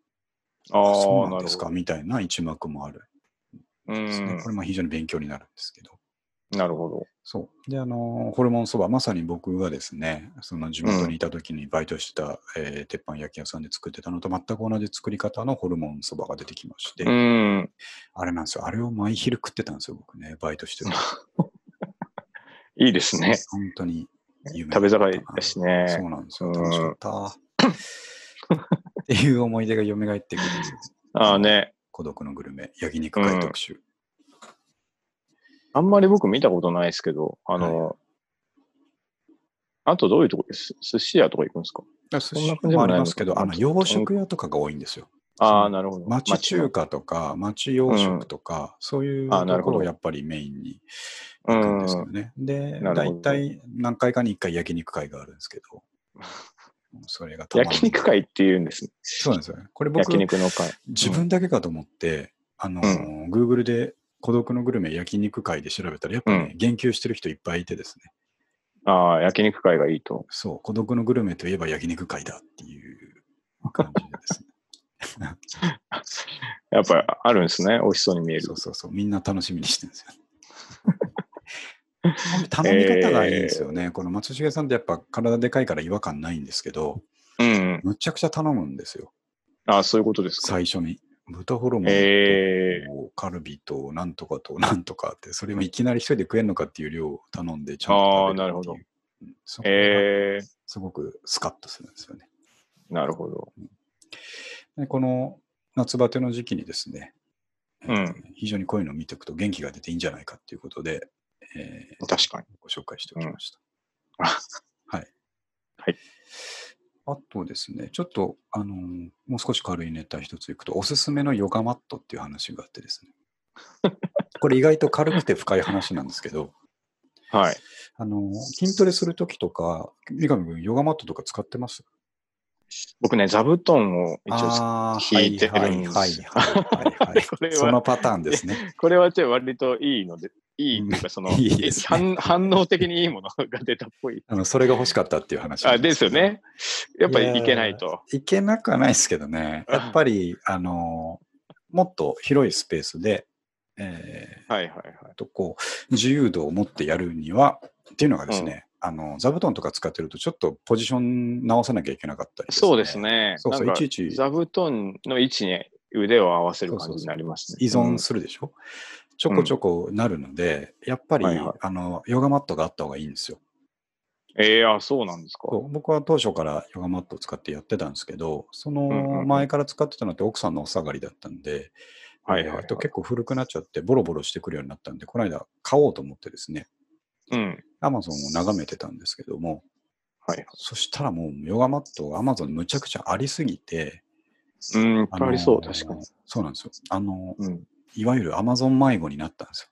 ああ、
そうなん
なる
で
ほ
す
ど
か。みたいな一幕もある
うん
ですね。こ
ん。
れも非常に勉強になるんですけど。
なるほど。
そう。で、あの、ホルモンそば、まさに僕がですね、その地元にいた時にバイトしてた、えー鉄板焼き屋さんで作ってたのと全く同じ作り方のホルモンそばが出てきまして、
うん。
あれなんですよ。あれを毎昼食ってたんですよ、僕ね、バイトしてた時。
いいですね。
本当に有名
食べ盛りだしね。
そうなんですよ。楽しかった。っていう思い出が蘇ってくるんですよ。
ああね。
孤独のグルメ、焼肉会特集。
あんまり僕見たことないですけど、あの、あとどういうとこです寿司屋とか行くんですか
あ寿
そんな
司
感じ
も
も
あ
な
り
いの
ま
か
すけど、あの洋食屋とかが多いんですよ。
あ
そ
あ、
う
なるほど。
町中
の。
華とか、町洋食とか、そういう
あな
と
る
こ
ほ
ろ
ど
をやっぱりメインに行くんですよね。で、
なるほ
大
ど
体何回かに1回焼肉会があるんですけ ど、それがたまんない
焼肉会って言うんですね。
そうなんですよね。これ僕
焼、肉の会。
自分だけかと思って、あのー、Google で孤独のグルメ焼肉会で調べたら、やっぱね、言及してる人いっぱいいてですね。
ああ、焼肉会がいいと。
そう、孤独のグルメといえば焼肉会だっていう感じでですね。
やっぱりあるんですね。美味しそうに見える
そ。うそうそう、みんな楽しみにしてるん ですよ。頼み方がいいんですよね。この松重さんってやっぱ体でかいから違和感ないんですけど、
うんうん。
むちゃくちゃ頼むんですよ、
ああ、そういうことですか。
最初に。豚ホルモンと、
ええ
カルビとなんとかとなんとかって、それもいきなり一人で食えんのかっていう量を頼んで、ちゃんと食べるっていう
あーなるほど
うんそこが
ええ
すごくスカッとするんですよね。
なるほど。
でこの夏バテの時期にですね、
うん
えー非常にこういうのを見ていくと元気が出ていいんじゃないかということで、えー
確かに。
ご紹介しておきました。
うんあ
はい。
はい。
あとですね、ちょっと、あの ーもう少し軽いネタ一ついくと、おすすめのヨガマットっていう話があってですね。これ意外と軽くて深い話なんですけど、
はい。
あの、筋トレするときとか、三上君、ヨガマットとか使ってます
僕ね、座布団を一応、
あー
聞いてるんです
はいはいはいはい、はい
これは
そのパターンですね。
これはちょっと割といいので、いいっていうか、その、
いいですね
反反応的にいいものが出たっぽい。
あの、それが欲しかったっていう話。
あ、ですよ。ね。やっぱりいけないと。
いけなくはないですけどね。やっぱり、あの、もっと広いスペースで、えー、
はいはいはい。
えっとこう自由度を持ってやるにはっていうのがですね、あの座布団とか使ってるとちょっとポジション直さなきゃいけなかったり、
そうです。ね。
そうそう
なんか
いちいち
座布団の位置に腕を合わせる感じになりますね。
依存するでしょ、ちょこちょこなるので、やっぱり、
はいはい
あのヨガマットがあった方がいいんですよ。
うんええあ、そうなんですか。
そう僕は当初からヨガマットを使ってやってたんですけど、そ
うんうんう
の
ん
前から使ってたのって奥さんのお下がりだったんで、
はいはいは
え
い
っと結構古くなっちゃって、ボロボロしてくるようになったんで、この間買おうと思ってですね、
うん。
アマゾンを眺めてたんですけども、
はい。
そしたらもうヨガマットが Amazon むちゃくちゃありすぎて、
うん、い
あ
っぱい
の
ありそう、確かに。。
そうなんですよ。あの、
うん。
いわゆる Amazon 迷子になったんです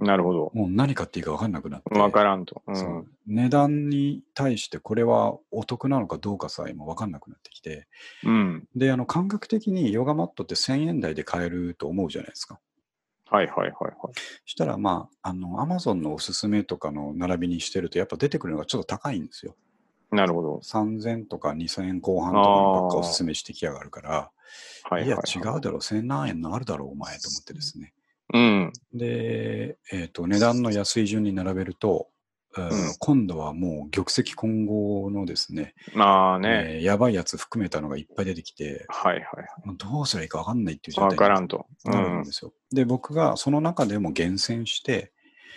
なるほど。
よ。もう何買っていいか分かんなくなって。
わからんと。う
そ
ん
う。値段に対してこれはお得なのかどうかさえも分かんなくなってきて。
うん。
で、あの、感覚的にヨガマットって1000円台で買えると思うじゃないですか。
はいはいはいはい。
したら、まあ、あの、Amazon のおすすめとかの並びにしてると、やっぱ出てくるのがちょっと高いんですよ。
なるほど。
3000とか2000円後半とかのばっかおすすめしてきやがるから。
は
い
いはい、
や
は、い。
違うだろう、千何円のあるだろう、お前と思ってですね。
うん。
で、えっ、と、値段の安い順に並べると、うん
ん
今度はもう玉石混合のですね
まあ
え
ね。
ーやばいやつ含めたのがいっぱい出てきて、
はいはいは
もうどうすりゃいいか分かんないっていう
い。
状
わ
態
から
に
んと。う
なる
ん
ん。ですよ。で、僕がその中でも厳選して、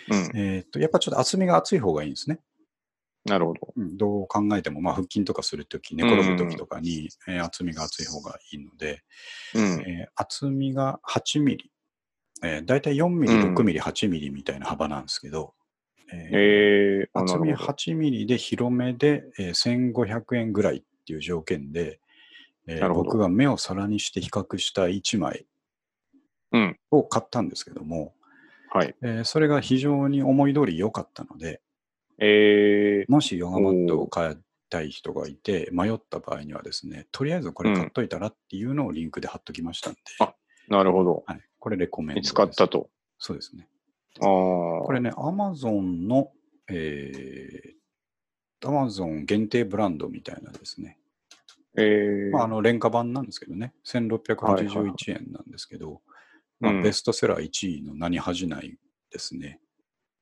うん。
えっ、と、やっぱちょっと厚みが厚い方がいいんですね。
なるほど。
うんどう考えても、まあ、腹筋とかするとき、寝転ぶときとかに、えー厚みが厚い方がいいので、
うん。
えー厚みが8ミリ、えー、大体4ミリ、
うん
6ミリ、8ミリみたいな幅なんですけど、えー
ええあ
厚
な
み
るほど。
8ミリで広めで、えー1500円ぐらいっていう条件で、えー
なるほど
僕が目を皿にして比較した1枚
うん
を買ったんですけども、
はい。
えーそれが非常に思い通り良かったので、
ええ
もしヨガマットを買いたい人がいて迷った場合にはですね、とりあえずこれ買っといたらっていうのをリンクで貼っときましたんで、
うんあなるほど。
はい、これレコメンド
見
です。
つかったと。
そうですね。
ああ。
これね、アマゾンの、えー、アマゾン限定ブランドみたいなですね。
ええ
まあ、あの、廉価版なんですけどね、1681円なんですけど、
う
まあ、
ん
ベストセラー1位の何恥じないですね。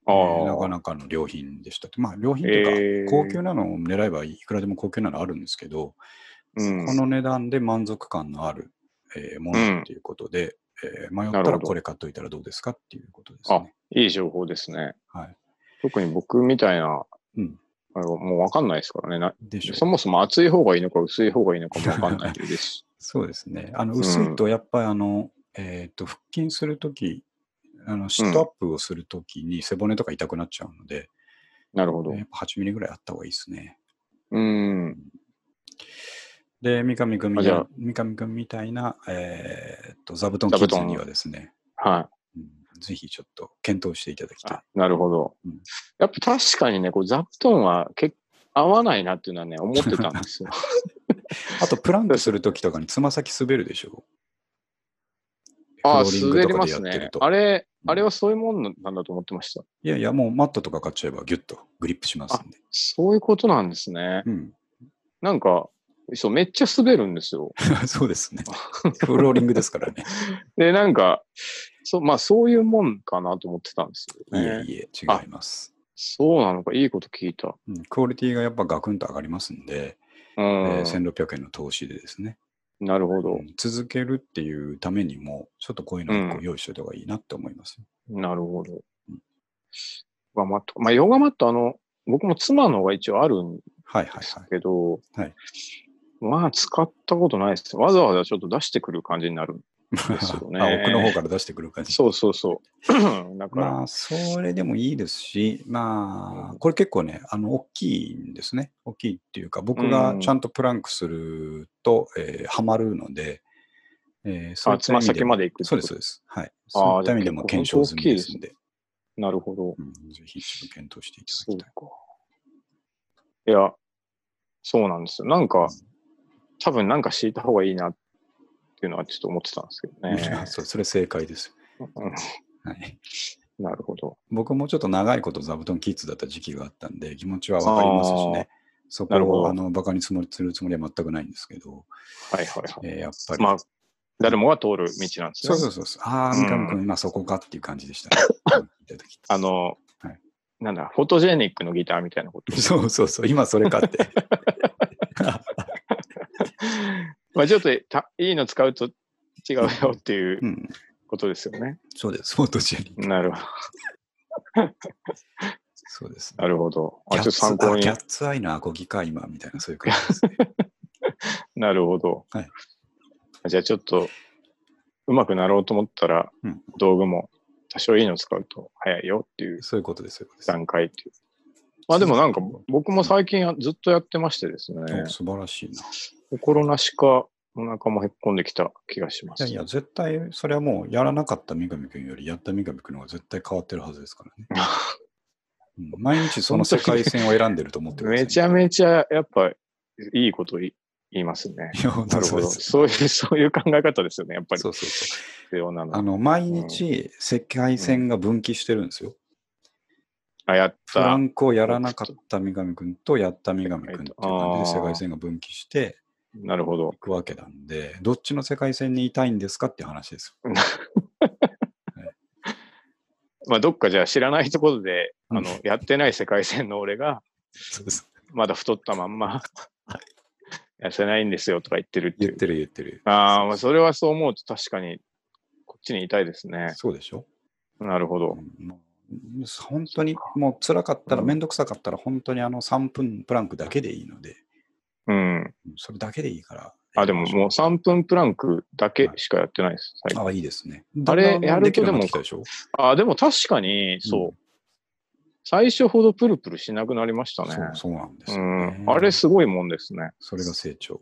あ
えーなか
ー
なかの良品でしたって。まあ、良品というか、
えー
高級なのを狙えばいくらでも高級なのあるんですけど、
うん
この値段で満足感のある、えーも
うん
のということで、えー迷った
な
ら
るほど
これ買っといたらどうですかっていうことですね。
いい情報ですね。
はい。
特に僕みたいな、
うん。
あのもうわかんないですからね。な
でしょう
そもそも厚い方がいいのか薄い方がいいのかもわかんないですし。
そうです ね。あの
うん
薄いと、やっぱりあの、えっと腹筋するとき、あのシットアップをするときに背骨とか痛くなっちゃうので、
なるほど
や。っぱ8ミリぐらいあった方がいいですね。
うん。
で、三上君み
あ
た
じ
い
ゃ
な
あ
三上君みたいな、えっと座布団
座
キ
布団
ッズにはですね、
はい。
うんぜひちょっと検討していただきたい
あ。なるほど
うん。
やっぱ確かにね、こう座布団は結構合わないなっていうのはね、思ってたん ですよ。
あと、プランクするときとかにつま先滑るでしょ
ああ、
フローリング
滑り
とかでや
ま
っ
す
てる
ね
と。。
あれ、
うん
あれはそういうもんなんだと思ってました。
いやいや、もうマットとか買っちゃえばギュッとグリップしますんで。
そういうことなんですね。
うん、
なんか、そう、めっちゃ滑るんですよ。
そうです ね。フローリングですからね。
で、なんか、そう、まあそういうもんかなと思ってたんですよ、
い
ね。
えいえ、違います。
そうなのか、いいこと聞いた。
うんクオリティがやっぱガクンと上がりますんで、
うん。
えー1600円の投資でですね、
なるほど
う。ん続けるっていうためにも、ちょっとこういうのを一個用意しておいた方がいいなって思います。
なるほど
うん。
ヨガマット。まあヨガマット、あの、僕も妻のが一応あるんで
はいはい
す
はい。
けど、
はい
まあ使ったことないです。わざわざちょっと出してくる感じになる。ですよ ね
あ奥の方から出してくる感じ。
そうそうそう。 だから、
まあ、それでもいいですし、ま
う
あ、
ん
これ結構ね、あの、大きいんですね。大きいっていうか、僕がちゃんとプランクすると、えーはまるので、えーそうい
あ、
った
つ
意
ま
味で
先
も
まで行くって
そう
こ
です、
と
そうです。はい。
あー
そういった意味でも
じゃあ
検
結構
証済みですんで、
なるほど。
うん、ぜひちょっと検討していただ
そう
き
か
たい。。
いや、そうなんですよ。なんか、多分なんか知った方がいいなっていうのはちょっと思ってたんですけどね。
そうそれ正解です。はい、
うんなるほど。
僕もちょっと長いこと座布団キッズだった時期があったんで、気持ちはわかりますしね。そこ
なるほ
を
ど
あのバカにつもりするつもりは全くないんですけど、
はいはいは
え
い。
ーやっぱり。
まあ、誰もが通る道なんです
そ
ね。
うそうそうそう。ああ、三上
う
君、
ん
今そこかっていう感じで した、ね。うん見た時
あの、
はい
なんだ、フォトジェニックのギターみたい なこと。
そうそうそう、今それか って。
まあちょっとたいいの使うと違うよっていう
うん、
ことですよね。
そうです、フォートジェリー。
なるほど。
そうです、
なるほど。あ、
キャッ
ちょっと
ツ
参考
あ
に
キャ。ッツアイのアコギか、今、みたいな、そういう感じですね。
なるほど。
はい
じゃあちょっと、うまくなろうと思ったら、
うん
道具も多少いいの使うと早いよっていう
そういうことです、そういうことです。
段階っていう。まあでもなんか僕も最近ずっとやってましてですね、
お素晴らしいな。
心なしかお腹もへっこんできた気がしま
い
す。
やいや、絶対、それはもう、やらなかった三上君より、やった三上君の方が絶対変わってるはずですから ね。うん毎日その世界線を選んでると思ってください、
めちゃめちゃやっぱいいことい言いますね。
いや、本
な
当
る
そ
ほ
うで
ど。
す。
そういう、そういう考え方ですよね。やっぱり
そうそうそう。
必要なの
あ
は。
の、毎日、世界線が分岐してるんですよ。
あ、やっ
フラ
た。
ンクをやらなかった三上君とやった三上君っていう感じで
あー
世界線が分岐して
なるほど
い。くわけなんで、どっちの世界線にいたいんですかっていう話ですよ。
まあ、どっかじゃあ知らないところで、あの
うん、
やってない世界線の俺が、
そうです
まだ太ったまんま、 痩せないんですよとか言ってるってい
言っ
う。
てる言ってる。
ああ、まあ、それはそう思うと確かに、こっちにいたいですね。
そうでしょ、
なるほ
う
ど。
んもう本当にもう辛かったら、
うん
めんどくさかったら、本当にあの3分プランクだけでいいので、
うん。
それだけでいいから。
あ、でももう3分プランクだけしかやってないです。最近
あ、いいですね。
あれ
だんだん
やると
きるようになっ
でも
てきたでしょ
あ、でも確かに、そう。
うん
最初ほどプルプルしなくなりましたね。
そうそうなんですよ
う
ね、
ん。あれすごいもんですね。
それが成長。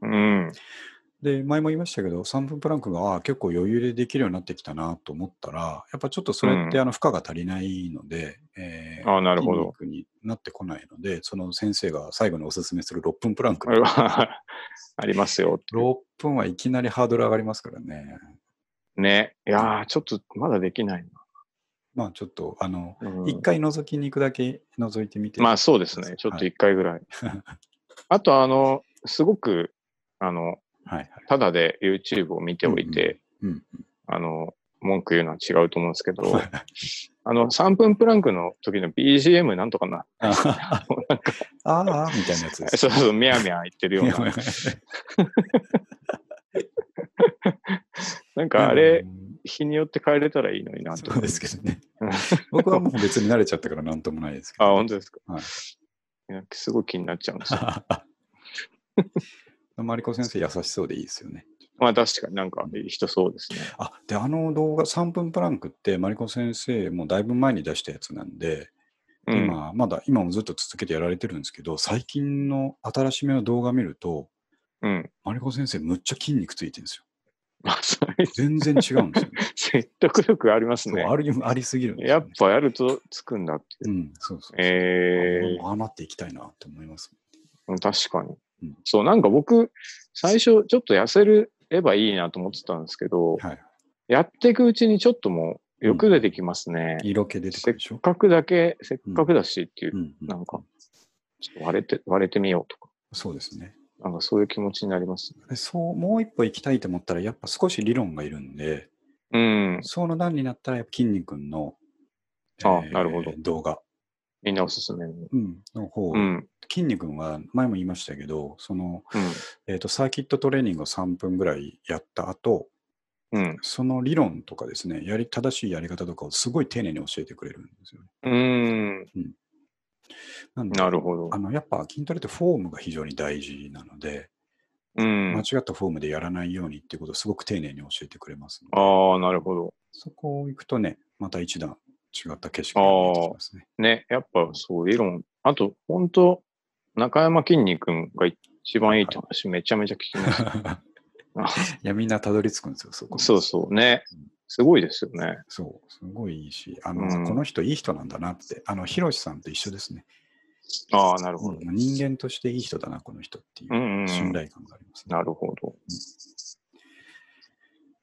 うん。
で、前も言いましたけど、3分プランクが、ああ、結構余裕でできるようになってきたなと思ったら、やっぱちょっとそれって、
うん
あの、負荷が足りないので、えー
あなるほど。
筋肉になってこないので、その先生が最後におすすめする6分プランク
こ。れは ありますよ。
6分はいきなりハードル上がりますからね。
ね。いやー、ちょっとまだできない
まあちょっと、あの、
な。うん
一回覗きに行くだけ覗いてみて。
まあそうですね。ちょっと一回 ぐらい。あと、あの、すごく、あの、
はいはい。
ただで YouTube を見ておいて、
うん
あの、文句言うのは違うと思うんですけ
うん。
ど、あの、3分プランクの時の BGM なんとかな。
あーあ ー、みたいなやつです。
そうそう、みやみや言ってるような。なんかあれ、日によって変えれたらいいのになと
そうですけどね
うん。
僕はもう別に慣れちゃったからなんともないですけ
あ、
ど、
本当ですか。
はい
いやすごい気になっちゃうんで すよ。
マリコ先生優しそうでいいですよね。
まあ確かになんか人そうですね。
あ、で、あの動画、3分プランクって、マリコ先生もだいぶ前に出したやつなんで、
うん、
今、まだ、今もずっと続けてやられてるんですけど、最近の新しめの動画見ると、
うん。
マリコ先生むっちゃ筋肉ついてるんですよ。
まあ、それ
全然違うんですよ、ね。
説得力あります
そう
ね。
あるありすぎるんです
や
よ
っ
ね、
ぱやるとつくんだって。
うん、そうそうそう。
えー
ああなっていきたいなって思います。
うん確かに
うん。
そう、なんか僕、最初ちょっと痩せればいいなと思ってたんですけど、
はい。
やっていくうちにちょっともうよく出てきますね。
色気出てく
せっ
るでしょ。
かくだけ、せっかくだしっていうう、
ん、うん
なんか、ちょっと割れて、割れてみようとか、
そうですね。
なんかそういう気持ちになりますね。
でそう、もう一歩行きたいと思ったら、やっぱ少し理論がいるんで、
うん。
その段になったら、やっぱ筋肉の、
あなるほど
動画、
みんなおすすめの。
うん、の方、
うん。うん。
筋肉は前も言いましたけど、その、えっ、と、サーキットトレーニングを3分ぐらいやった後、
うん。
その理論とかですね、やり、正しいやり方とかをすごい丁寧に教えてくれるんですよね。
うん。
なんで、
なるほど
あ。の、やっぱ筋トレってフォームが非常に大事なので、
うん。
間
あ
違ったフォームでやらないようにっていうことをすごく丁寧に教えてくれますので
あー、なるほど。
そこを行くとね、また一段違った景色が見えてきますね。
ね、やっぱそう、理論。あと、本当中山きんに君が一番いいって話、めちゃめちゃ聞きます。
いや、みんなたどり着くんですよ、そこに。
そうそうね。すごいですよね。
そう、すごいいいし、あの、
うん
この人いい人なんだなって、あの、ヒロシさんと一緒ですね。
ああ、なるほど。、
うん人間としていい人だな、この人っていううん
うん。
信頼感がありますね。
なるほど。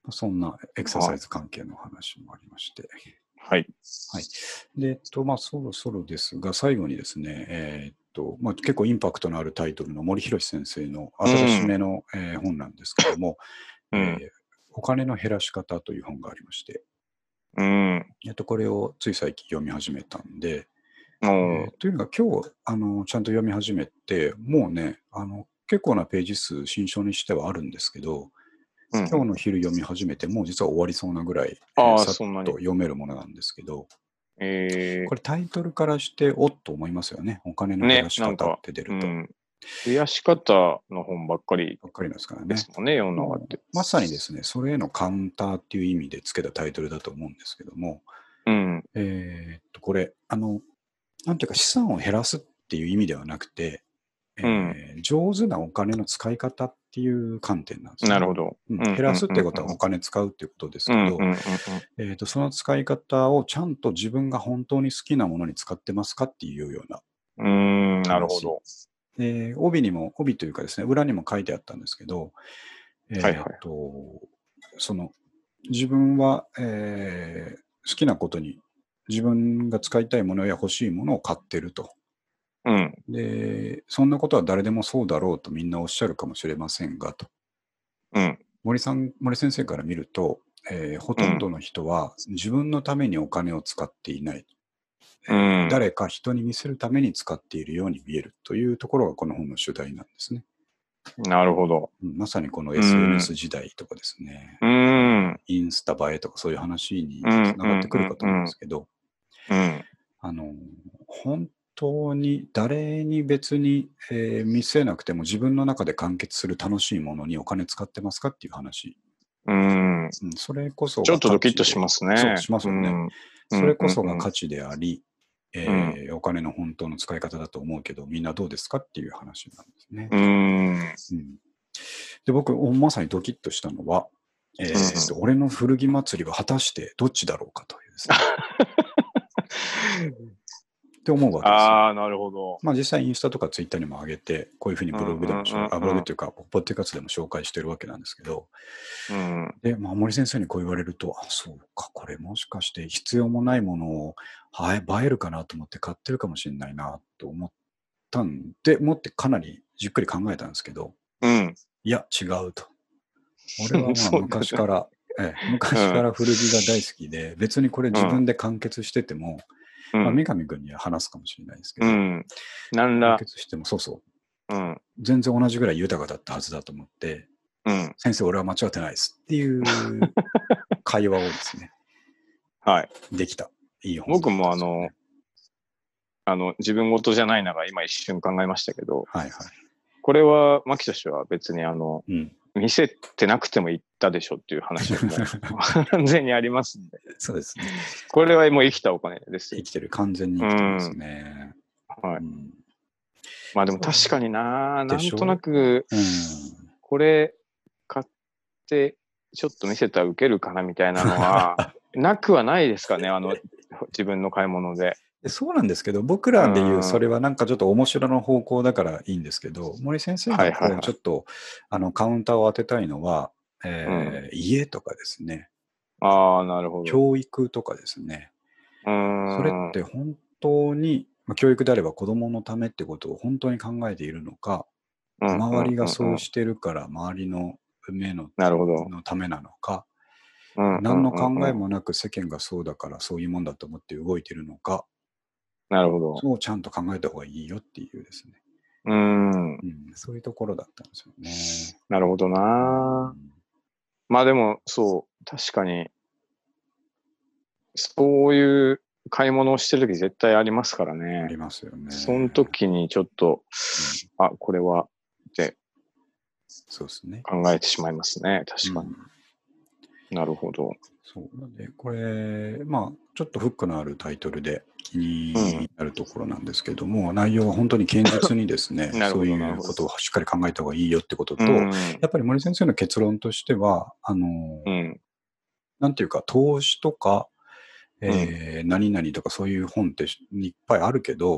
そんなエクササイズ関係の話もありまして。
はい。
で、えっと、まあ、そろそろですが、最後にですね、えーっと、まあ、結構インパクトのあるタイトルの森博先生の新しめの、えー本なんですけども、
うん
えーお金の減らし方という本がありまして、
うん。
えっと、これをつい最近読み始めたんで、
も
えーというのが今日あのちゃんと読み始めてもうねあの結構なページ数新書にしてはあるんですけど
う、うん、
今日の昼読み始めてもう実は終わりそうなぐらい、
あー
えーさっ
そんなに
と読めるものなんですけど
え
これタイトルからしておっと思いますよねお金の
ね
減らし方って出
ーう
ると。
ん。増やし方の本ばっかり
ばっかりなんですから
で
ね
すもんね、世の中って。
まさにですね、それへのカウンターっていう意味でつけたタイトルだと思うんですけども、
うん。
えーっと、これ、あの、なんていうか資産を減らすっていう意味ではなくて、えー上手なお金の使い方っていう観点なんですね。
なるほど。
うん
うんうん
減らすってことはお金使うってことです
う
け
ん
ど
うん、うんうん。
えーっとその使い方をちゃんと自分が本当に好きなものに使ってますかっていうような、
うーん、なるほど。
えー帯にも、帯というかですね、裏にも書いてあったんですけど、えー
はいはい
っと、その、自分は、えー好きなことに、自分が使いたいものや欲しいものを買ってると。
うん。
で、そんなことは誰でもそうだろうとみんなおっしゃるかもしれませんが、と。
うん。
森さん、森先生から見ると、えーほとんどの人は自分のためにお金を使っていない。
うん。
誰か人に見せるために使っているように見えるというところがこの本の主題なんですね。
なるほど。
うんまさにこの
ん
SNS 時代とかですね、
うーん。
インスタ映えとかそういう話につ
うん
ながってくるかと思うんですけど、
うん。
あの、本当に誰に別に、えー見せなくても自分の中で完結する楽しいものにお金使ってますかっていう話。
うん。
うんそれこそが
ちょっとドキ
価値
ッとしますね。
そうしますよね
うん
それこそ
うんう
が
んうん
価値であり、えーお金の本当の使い方だと思うけど、みんなどうですかっていう話なんですね。
うー
う
ん。
んで僕おまさにドキッとしたのは、えーと俺の古着祭りは果たしてどっちだろうかという ですねって思うわけですよ。
ああ、なるほど。
まあ、実際インスタとかツイッターにも上げて、こういうふうにブログでもしょ、
うんうんうんうん
あブログというか、ポッドキャストでも紹介してるわけなんですけど、
うん。
で、まあ、森先生にこう言われると、あ、そうか、これもしかして必要もないものをはえ映えるかなと思って買ってるかもしれないなと思ったんで、もってかなりじっくり考えたんですけど、
うん。
いや、違うと。俺はま
そう
あ
だね
昔から、ええ昔から古着が大好きで、別にこれ自分で完結してても、
う
まあ、
ん。
三上君には話すかもしれないですけ
う
ど、
ん。な
完
んら、
結しても、そうそう、
うん。
全然同じぐらい豊かだったはずだと思って、
うん。
先生、俺は間違ってないですっていう 会話をですね、
はい。
できた。いい本
僕
だった
もあ
んですよ
の
ね、
あの、自分事じゃないなが今一瞬考えましたけど、
はいは
これは、牧田氏は別にあの、
い。うん。
見せてなくても言ったでしょっていう話はもう完全にありますんで。
そうですね。
これはもう生きたお金です
生
よ。
きてる、完全に生きてますね。
は
う
い。
ん。
まあでも確かにな、な
で
ん
しょ
となく、
うん
これ買って、ちょっと見せたらウケるかなみたいなの は、なくはないですかね、あの、自分の買い物で。
でそうなんですけど、僕らで言
う
うんそれはなんかちょっと面白の方向だからいいんですけど、森先生
は
が
いはい
こ
は
う
い
ちょっとあのカウンターを当てたいのは、えー家とかですね、
ああ、なるほど。
教育とかですね、
うーん
それって本当に、まあ教育であれば子供のためってことを本当に考えているのか、周りがそう
し
してるから周りの目の
なるほど。
のためなのか、
うんうん
何の考え
うんうん
もなく世間がそうだからそういうもんだと思って動いてるのか、
なるほど。
そうちゃんと考えた方がいいよっていうですね。
うーん。
うん、そういうところだったんですよね。
なるほどな。まあでも、そう、確かに、そういう買い物をしてるとき絶対ありますから
あり
ね。
ますよね。
その時にちょっと、あ、これは
そうですね。
考えてしまいますね。確かに。
うん
なるほど。
そうなんで、これ、まあ、ちょっとフックのあるタイトルで気になるところなんですけども、内容は本当に堅実にですね
な、る
そ
ほ
う
ど
いうことをしっかり考えた方がいいよってことと、
う
や
ん
っぱり森先生の結論としては、あの、
うん。
なんていうか、投資とか、えー何々とかそういう本っていっぱいあるけど、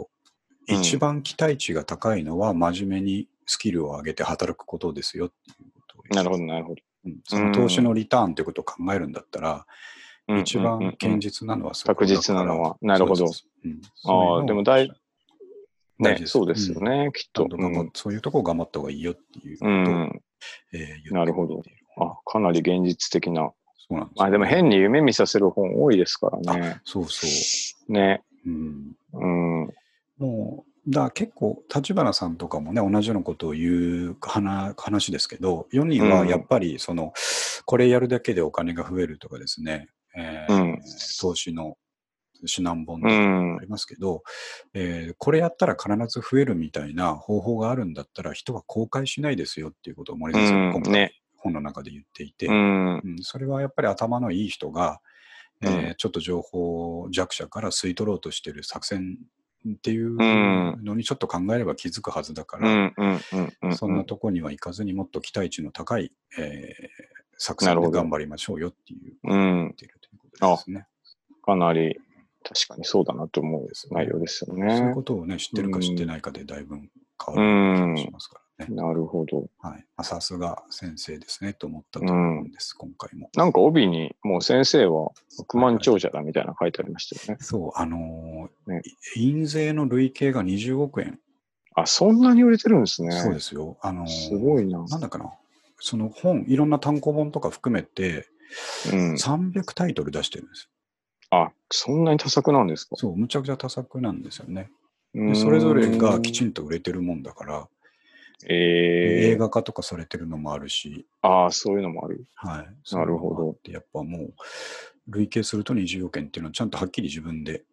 うん
一番期待値が高いのは真面目にスキルを上げて働くことですよっていうことを言う
なるほど、なるほど。
うんその投資のリターンということを考えるんだったら、
うん
一
うんうんうん
番堅実なのはそこ
確実なのはなるほど
そうですうん、
ああ、でも大、
大
ね
事、です
そうですよね、きっ
そ
と
うい。うのをちゃんと頑張っそういうとこを頑張った方がいいよっていうこと
う
を、
ん。う
え
ん
ー言って
なるほど
くれてい
あ、かなり現実的な。
そうなんですよ
あ、でも変に夢見させる本多いですからね。
そうそ
ね。
う。うん、
うん。
もう、だから結構、立花さんとかもね、同じようなことを言う話話ですけど、世にはやっぱり、その、これやるだけでお金が増えるとかですね、えー
うん
投資の指南本と
う
か
ん
あ。りますけど、えーこれやったら必ず増えるみたいな方法があるんだったら人は公開しないですよっていうことを森
う
先生が
ん
今。回
ね。
本の中で言っていて、
うん。
うんそれはやっぱり頭のいい人が、えー
うん
ちょっと情報弱者から吸い取ろうとしてる作戦っていう
うん
のにちょっと考えれば気づくはずだか
う
ら、
ん。うん。うん。うん。
そんなとこには行かずにもっと期待値の高い、えー作戦
なる
で
ほど
頑張りましょうよっていう
う
言
ん
っ。てるということですね。
かなり、確かにそうだなと思う内容です
そ
よ
ういう
ね
こ。とをね、知ってるか知ってないかでだいぶ変
う
わる
ん
気が。しますからね。
なるほど。
はいまあさすが先生ですねと思ったと思うんです、今回も。
なんか帯に、もう先生は億万長者だみたいなの書いてありましたよね。
そう、あのー
ね
印税の累計が20億円。
あ、そんなに売れてるんですね。
そうですよ。あのー
すごいな。
なんだかな。その本、いろんな単行本とか含めて、
うん。
300タイトル出してるんです。
あ、そんなに多作なんですか
そう、むちゃくちゃ多作なんですよね。
う
でそれぞれがきち
んと。
んと売れてるもんだから、
え
映
え
画化とかされてるのもあるし、
ああ、そういうのもある。
はい。
なるほ
そうい
ど
うのもあってやっぱもう、累計すると20億円っていうのはちゃんとはっきり自分で、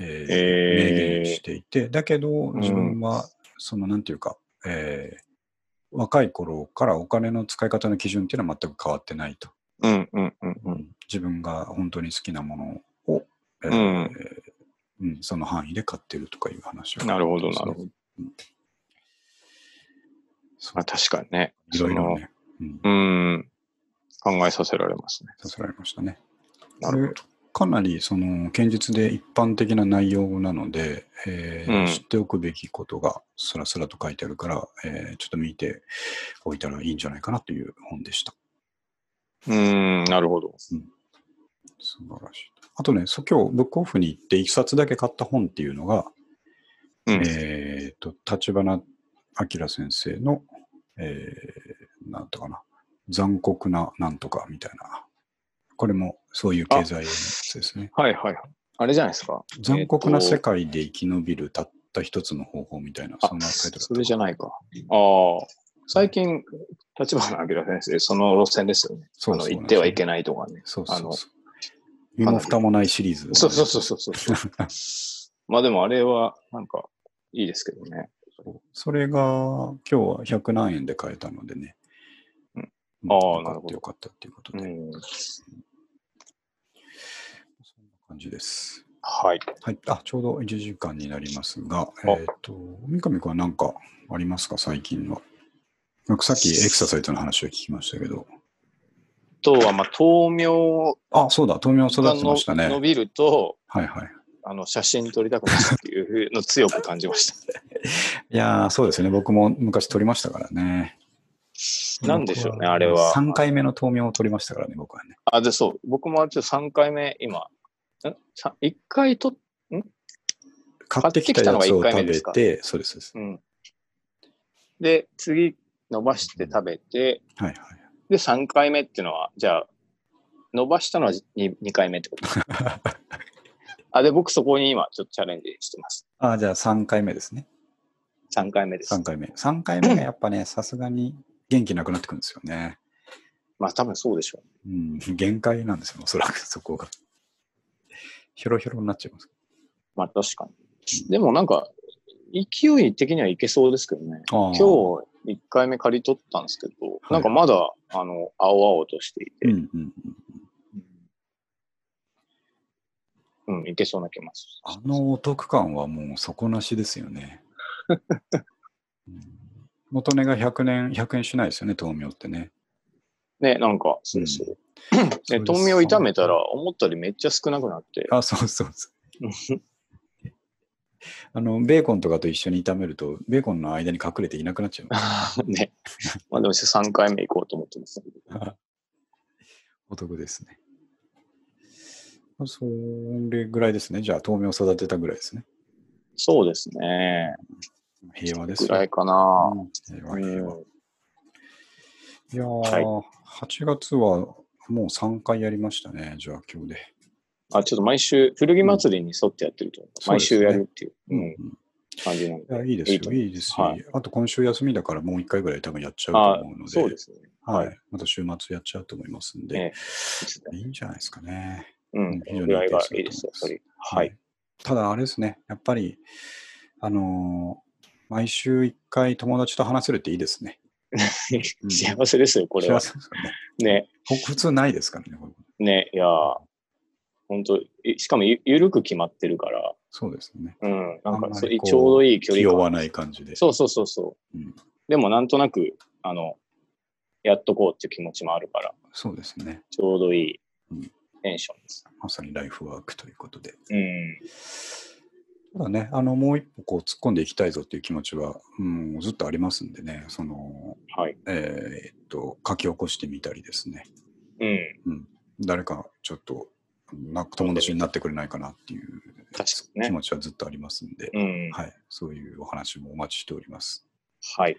えー
えー
明言していて、だけど
ん
自分は、そのなんていうか、えー若い頃からお金の使い方の基準っていうのは全く変わってないと。
うん、うん、うん、うん。
自分が本当に好きなものを、えー
うん
うんその範囲で買ってるとかいう話を。
なるほど、なるほ
ど。
ど。
そう
あ、確かにね。
いろいろね、うん
そ、の。うん。考えさせられますね。
させられましたね。
なるほど
でかなりその堅実で一般的な内容なので、えー
うん
知っておくべきことがスラスラと書いてあるから、えーちょっと見ておいたらいいんじゃないかなという本でした。
うん、なるほど。
素晴らしい。あとね、そう今日ブックオフに行って一冊だけ買った本っていうのが、
うん。
えっと、立花明先生の、えー、なんとかな、残酷ななんとかみたいな。これもそういう経済のやつですね。
はい、はい。あれじゃないですか。
残酷な世
界。
界で生き延びるたった一つの方法みたいな、そ
あ
ん、なタイトルだった
それじゃないか。
う
ああ。最近、立花明先生、その路線ですよね。
そう
あ
そう
の行ってはいけないとかね。
そう
あ
そう
の
そう。身も蓋もないシリーズ。
そうそうそうそうそう。 まあでもあれは、なんか、いいですけどね。
そうそれが、今日は100何円で買えたのでね。
うん
うん
あー
よか
な
っ
るほ
た
ど
よかったっていうこと
う
で。
ん。
そんな感じです。
はい。
はい。あ、ちょうど1時間になりますが、
あ
えっ、と、三上君は何かありますか、最近は。なんかさっきエクササイズの話を聞きましたけど。
あとは、まあ、豆苗
あ、そうだ、豆苗育
が
ててましたね。
の伸びると、
はいはい。
あの、写真撮りたくなるっていうのを強く感じまし
いやー、そうですね。僕も昔撮りましたからね。
た。なんでしょうね、あれは。
3回目の豆苗を撮りましたからね、僕はね。
あ、で、そう。僕もあれちょっと3回目、今、んさ一回撮っ、
買ってきたやつを
買ってきたのが一回
食
目で
べ
すか
て、そうですそうです。
うん。で、次、伸ばして食べて、
はいはい。
で、3回目っていうのは、じゃあ、伸ばしたのは 2, 二回目ってことですかあ、で、僕そこに今、ちょっとチャレンジしてます。
あーじゃあ3回目ですね。
3回目です
3。回目。3回目がやっ ぱね、さすがに元気なくなってくるんですよね。
まあ、多分そうでしょ
うん、限界なんですよ、おそらくそこが。ひょろひょろになっちゃいます。
う。まあ、確かに。でも、なんか、勢い的にはいけそうですけどね。
今
今日、1回目刈り取ったんですけど、
い
なんかまだ、あの、青々としてい
う
て、
んうんうん、
うん、いけそうな気もする。
あのお得感はもう底なしですよ ね。うん元値が100年、100円しないですよね、豆苗ってね。
ね、なんか、そうそう。
そう
ね、
です
豆苗炒めたら、思ったよりめっちゃ少なくなって、
あ、そうそうそう。あの、ベーコンとかと一緒に炒めると、ベーコンの間に隠れていなくなっちゃう。
ね。まあでも3回目行こうと思ってます。
お得ですね。まあそれぐらいですね。じゃあ、豆苗育てたぐらいですね。
そうですね。
平和です
ぐ
よ
らいかな。
うん平
う
和平和
ん、
いやー、8月はもう3回やりましたね。じゃあ、今日で。
あ、ちょっと毎週、古着祭りに沿ってやってると思う、
うん
毎週やるっていう、
う
うん、感じなんで。
いやいいですよ、
い
い
い
い
と思
ですよ、
はい
あと今週休みだからもう1回ぐらい多分やっちゃうと思うので、
そうですね。
はい
は
また週末やっちゃうと思いますん
え
で、
ですね
いいんじゃないですかね。
うん、このぐらいがいいですよ、やっぱり。はい。。
ただあれですね、やっぱり、あのー毎週1回友達と話せるっていいですね。ん
幸せですよ、これは
幸。せですよね。
ね。
僕普通ないですからね、こういうこと
ね、いやー、本当いしかもゆゆるく決まってるから、
そうですね。
うん、なん
あんまり
かそうい
こう
ちょうどいい距
気
離
負
感。
わない感じで。
そうそうそうそう。
うん
でもなんとなく、あの、やっとこうっていう気持ちもあるから、
そうですね。
ちょうどいい
うん
テンションです。
まさにライフワークということで。
うん。
ただね、あのもう一歩こう突っ込んでいきたいぞっていう気持ちは、うん、ずっとありますんでね、その、
はい。
えーっと、書き起こしてみたりですね、
うん。
誰かちょっと、なんか友達になってくれないかなっていう
確か
気
にね。
持ちはずっとありますんで、
うん。
はい、そういうお話もお待ちしております。
はい。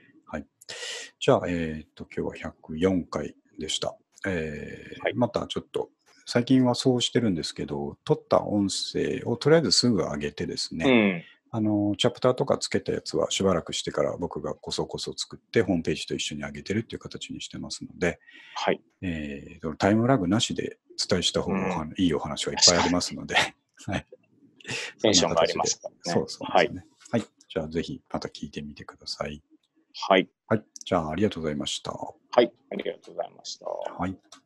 じゃあ、えーっと、今日は104回でした。えー
はい
またちょっと、最近はそうしてるんですけど、撮った音声をとりあえずすぐ上げてですね、
うん。
あの、チャプターとかつけたやつはしばらくしてから僕がこそこそ作ってホームページと一緒に上げてるっていう形にしてますので、
はい。
えータイムラグなしで伝えした方がおはいいお話はいっぱいありますので、はい。
テンションがありますからね。
そんな形で。そうそう
は
で
い
す。ね。はい。じゃあぜひまた聞いてみてください。
はい。
はい。じゃあありがとうございました。は
はい。ありがとうございました。
い。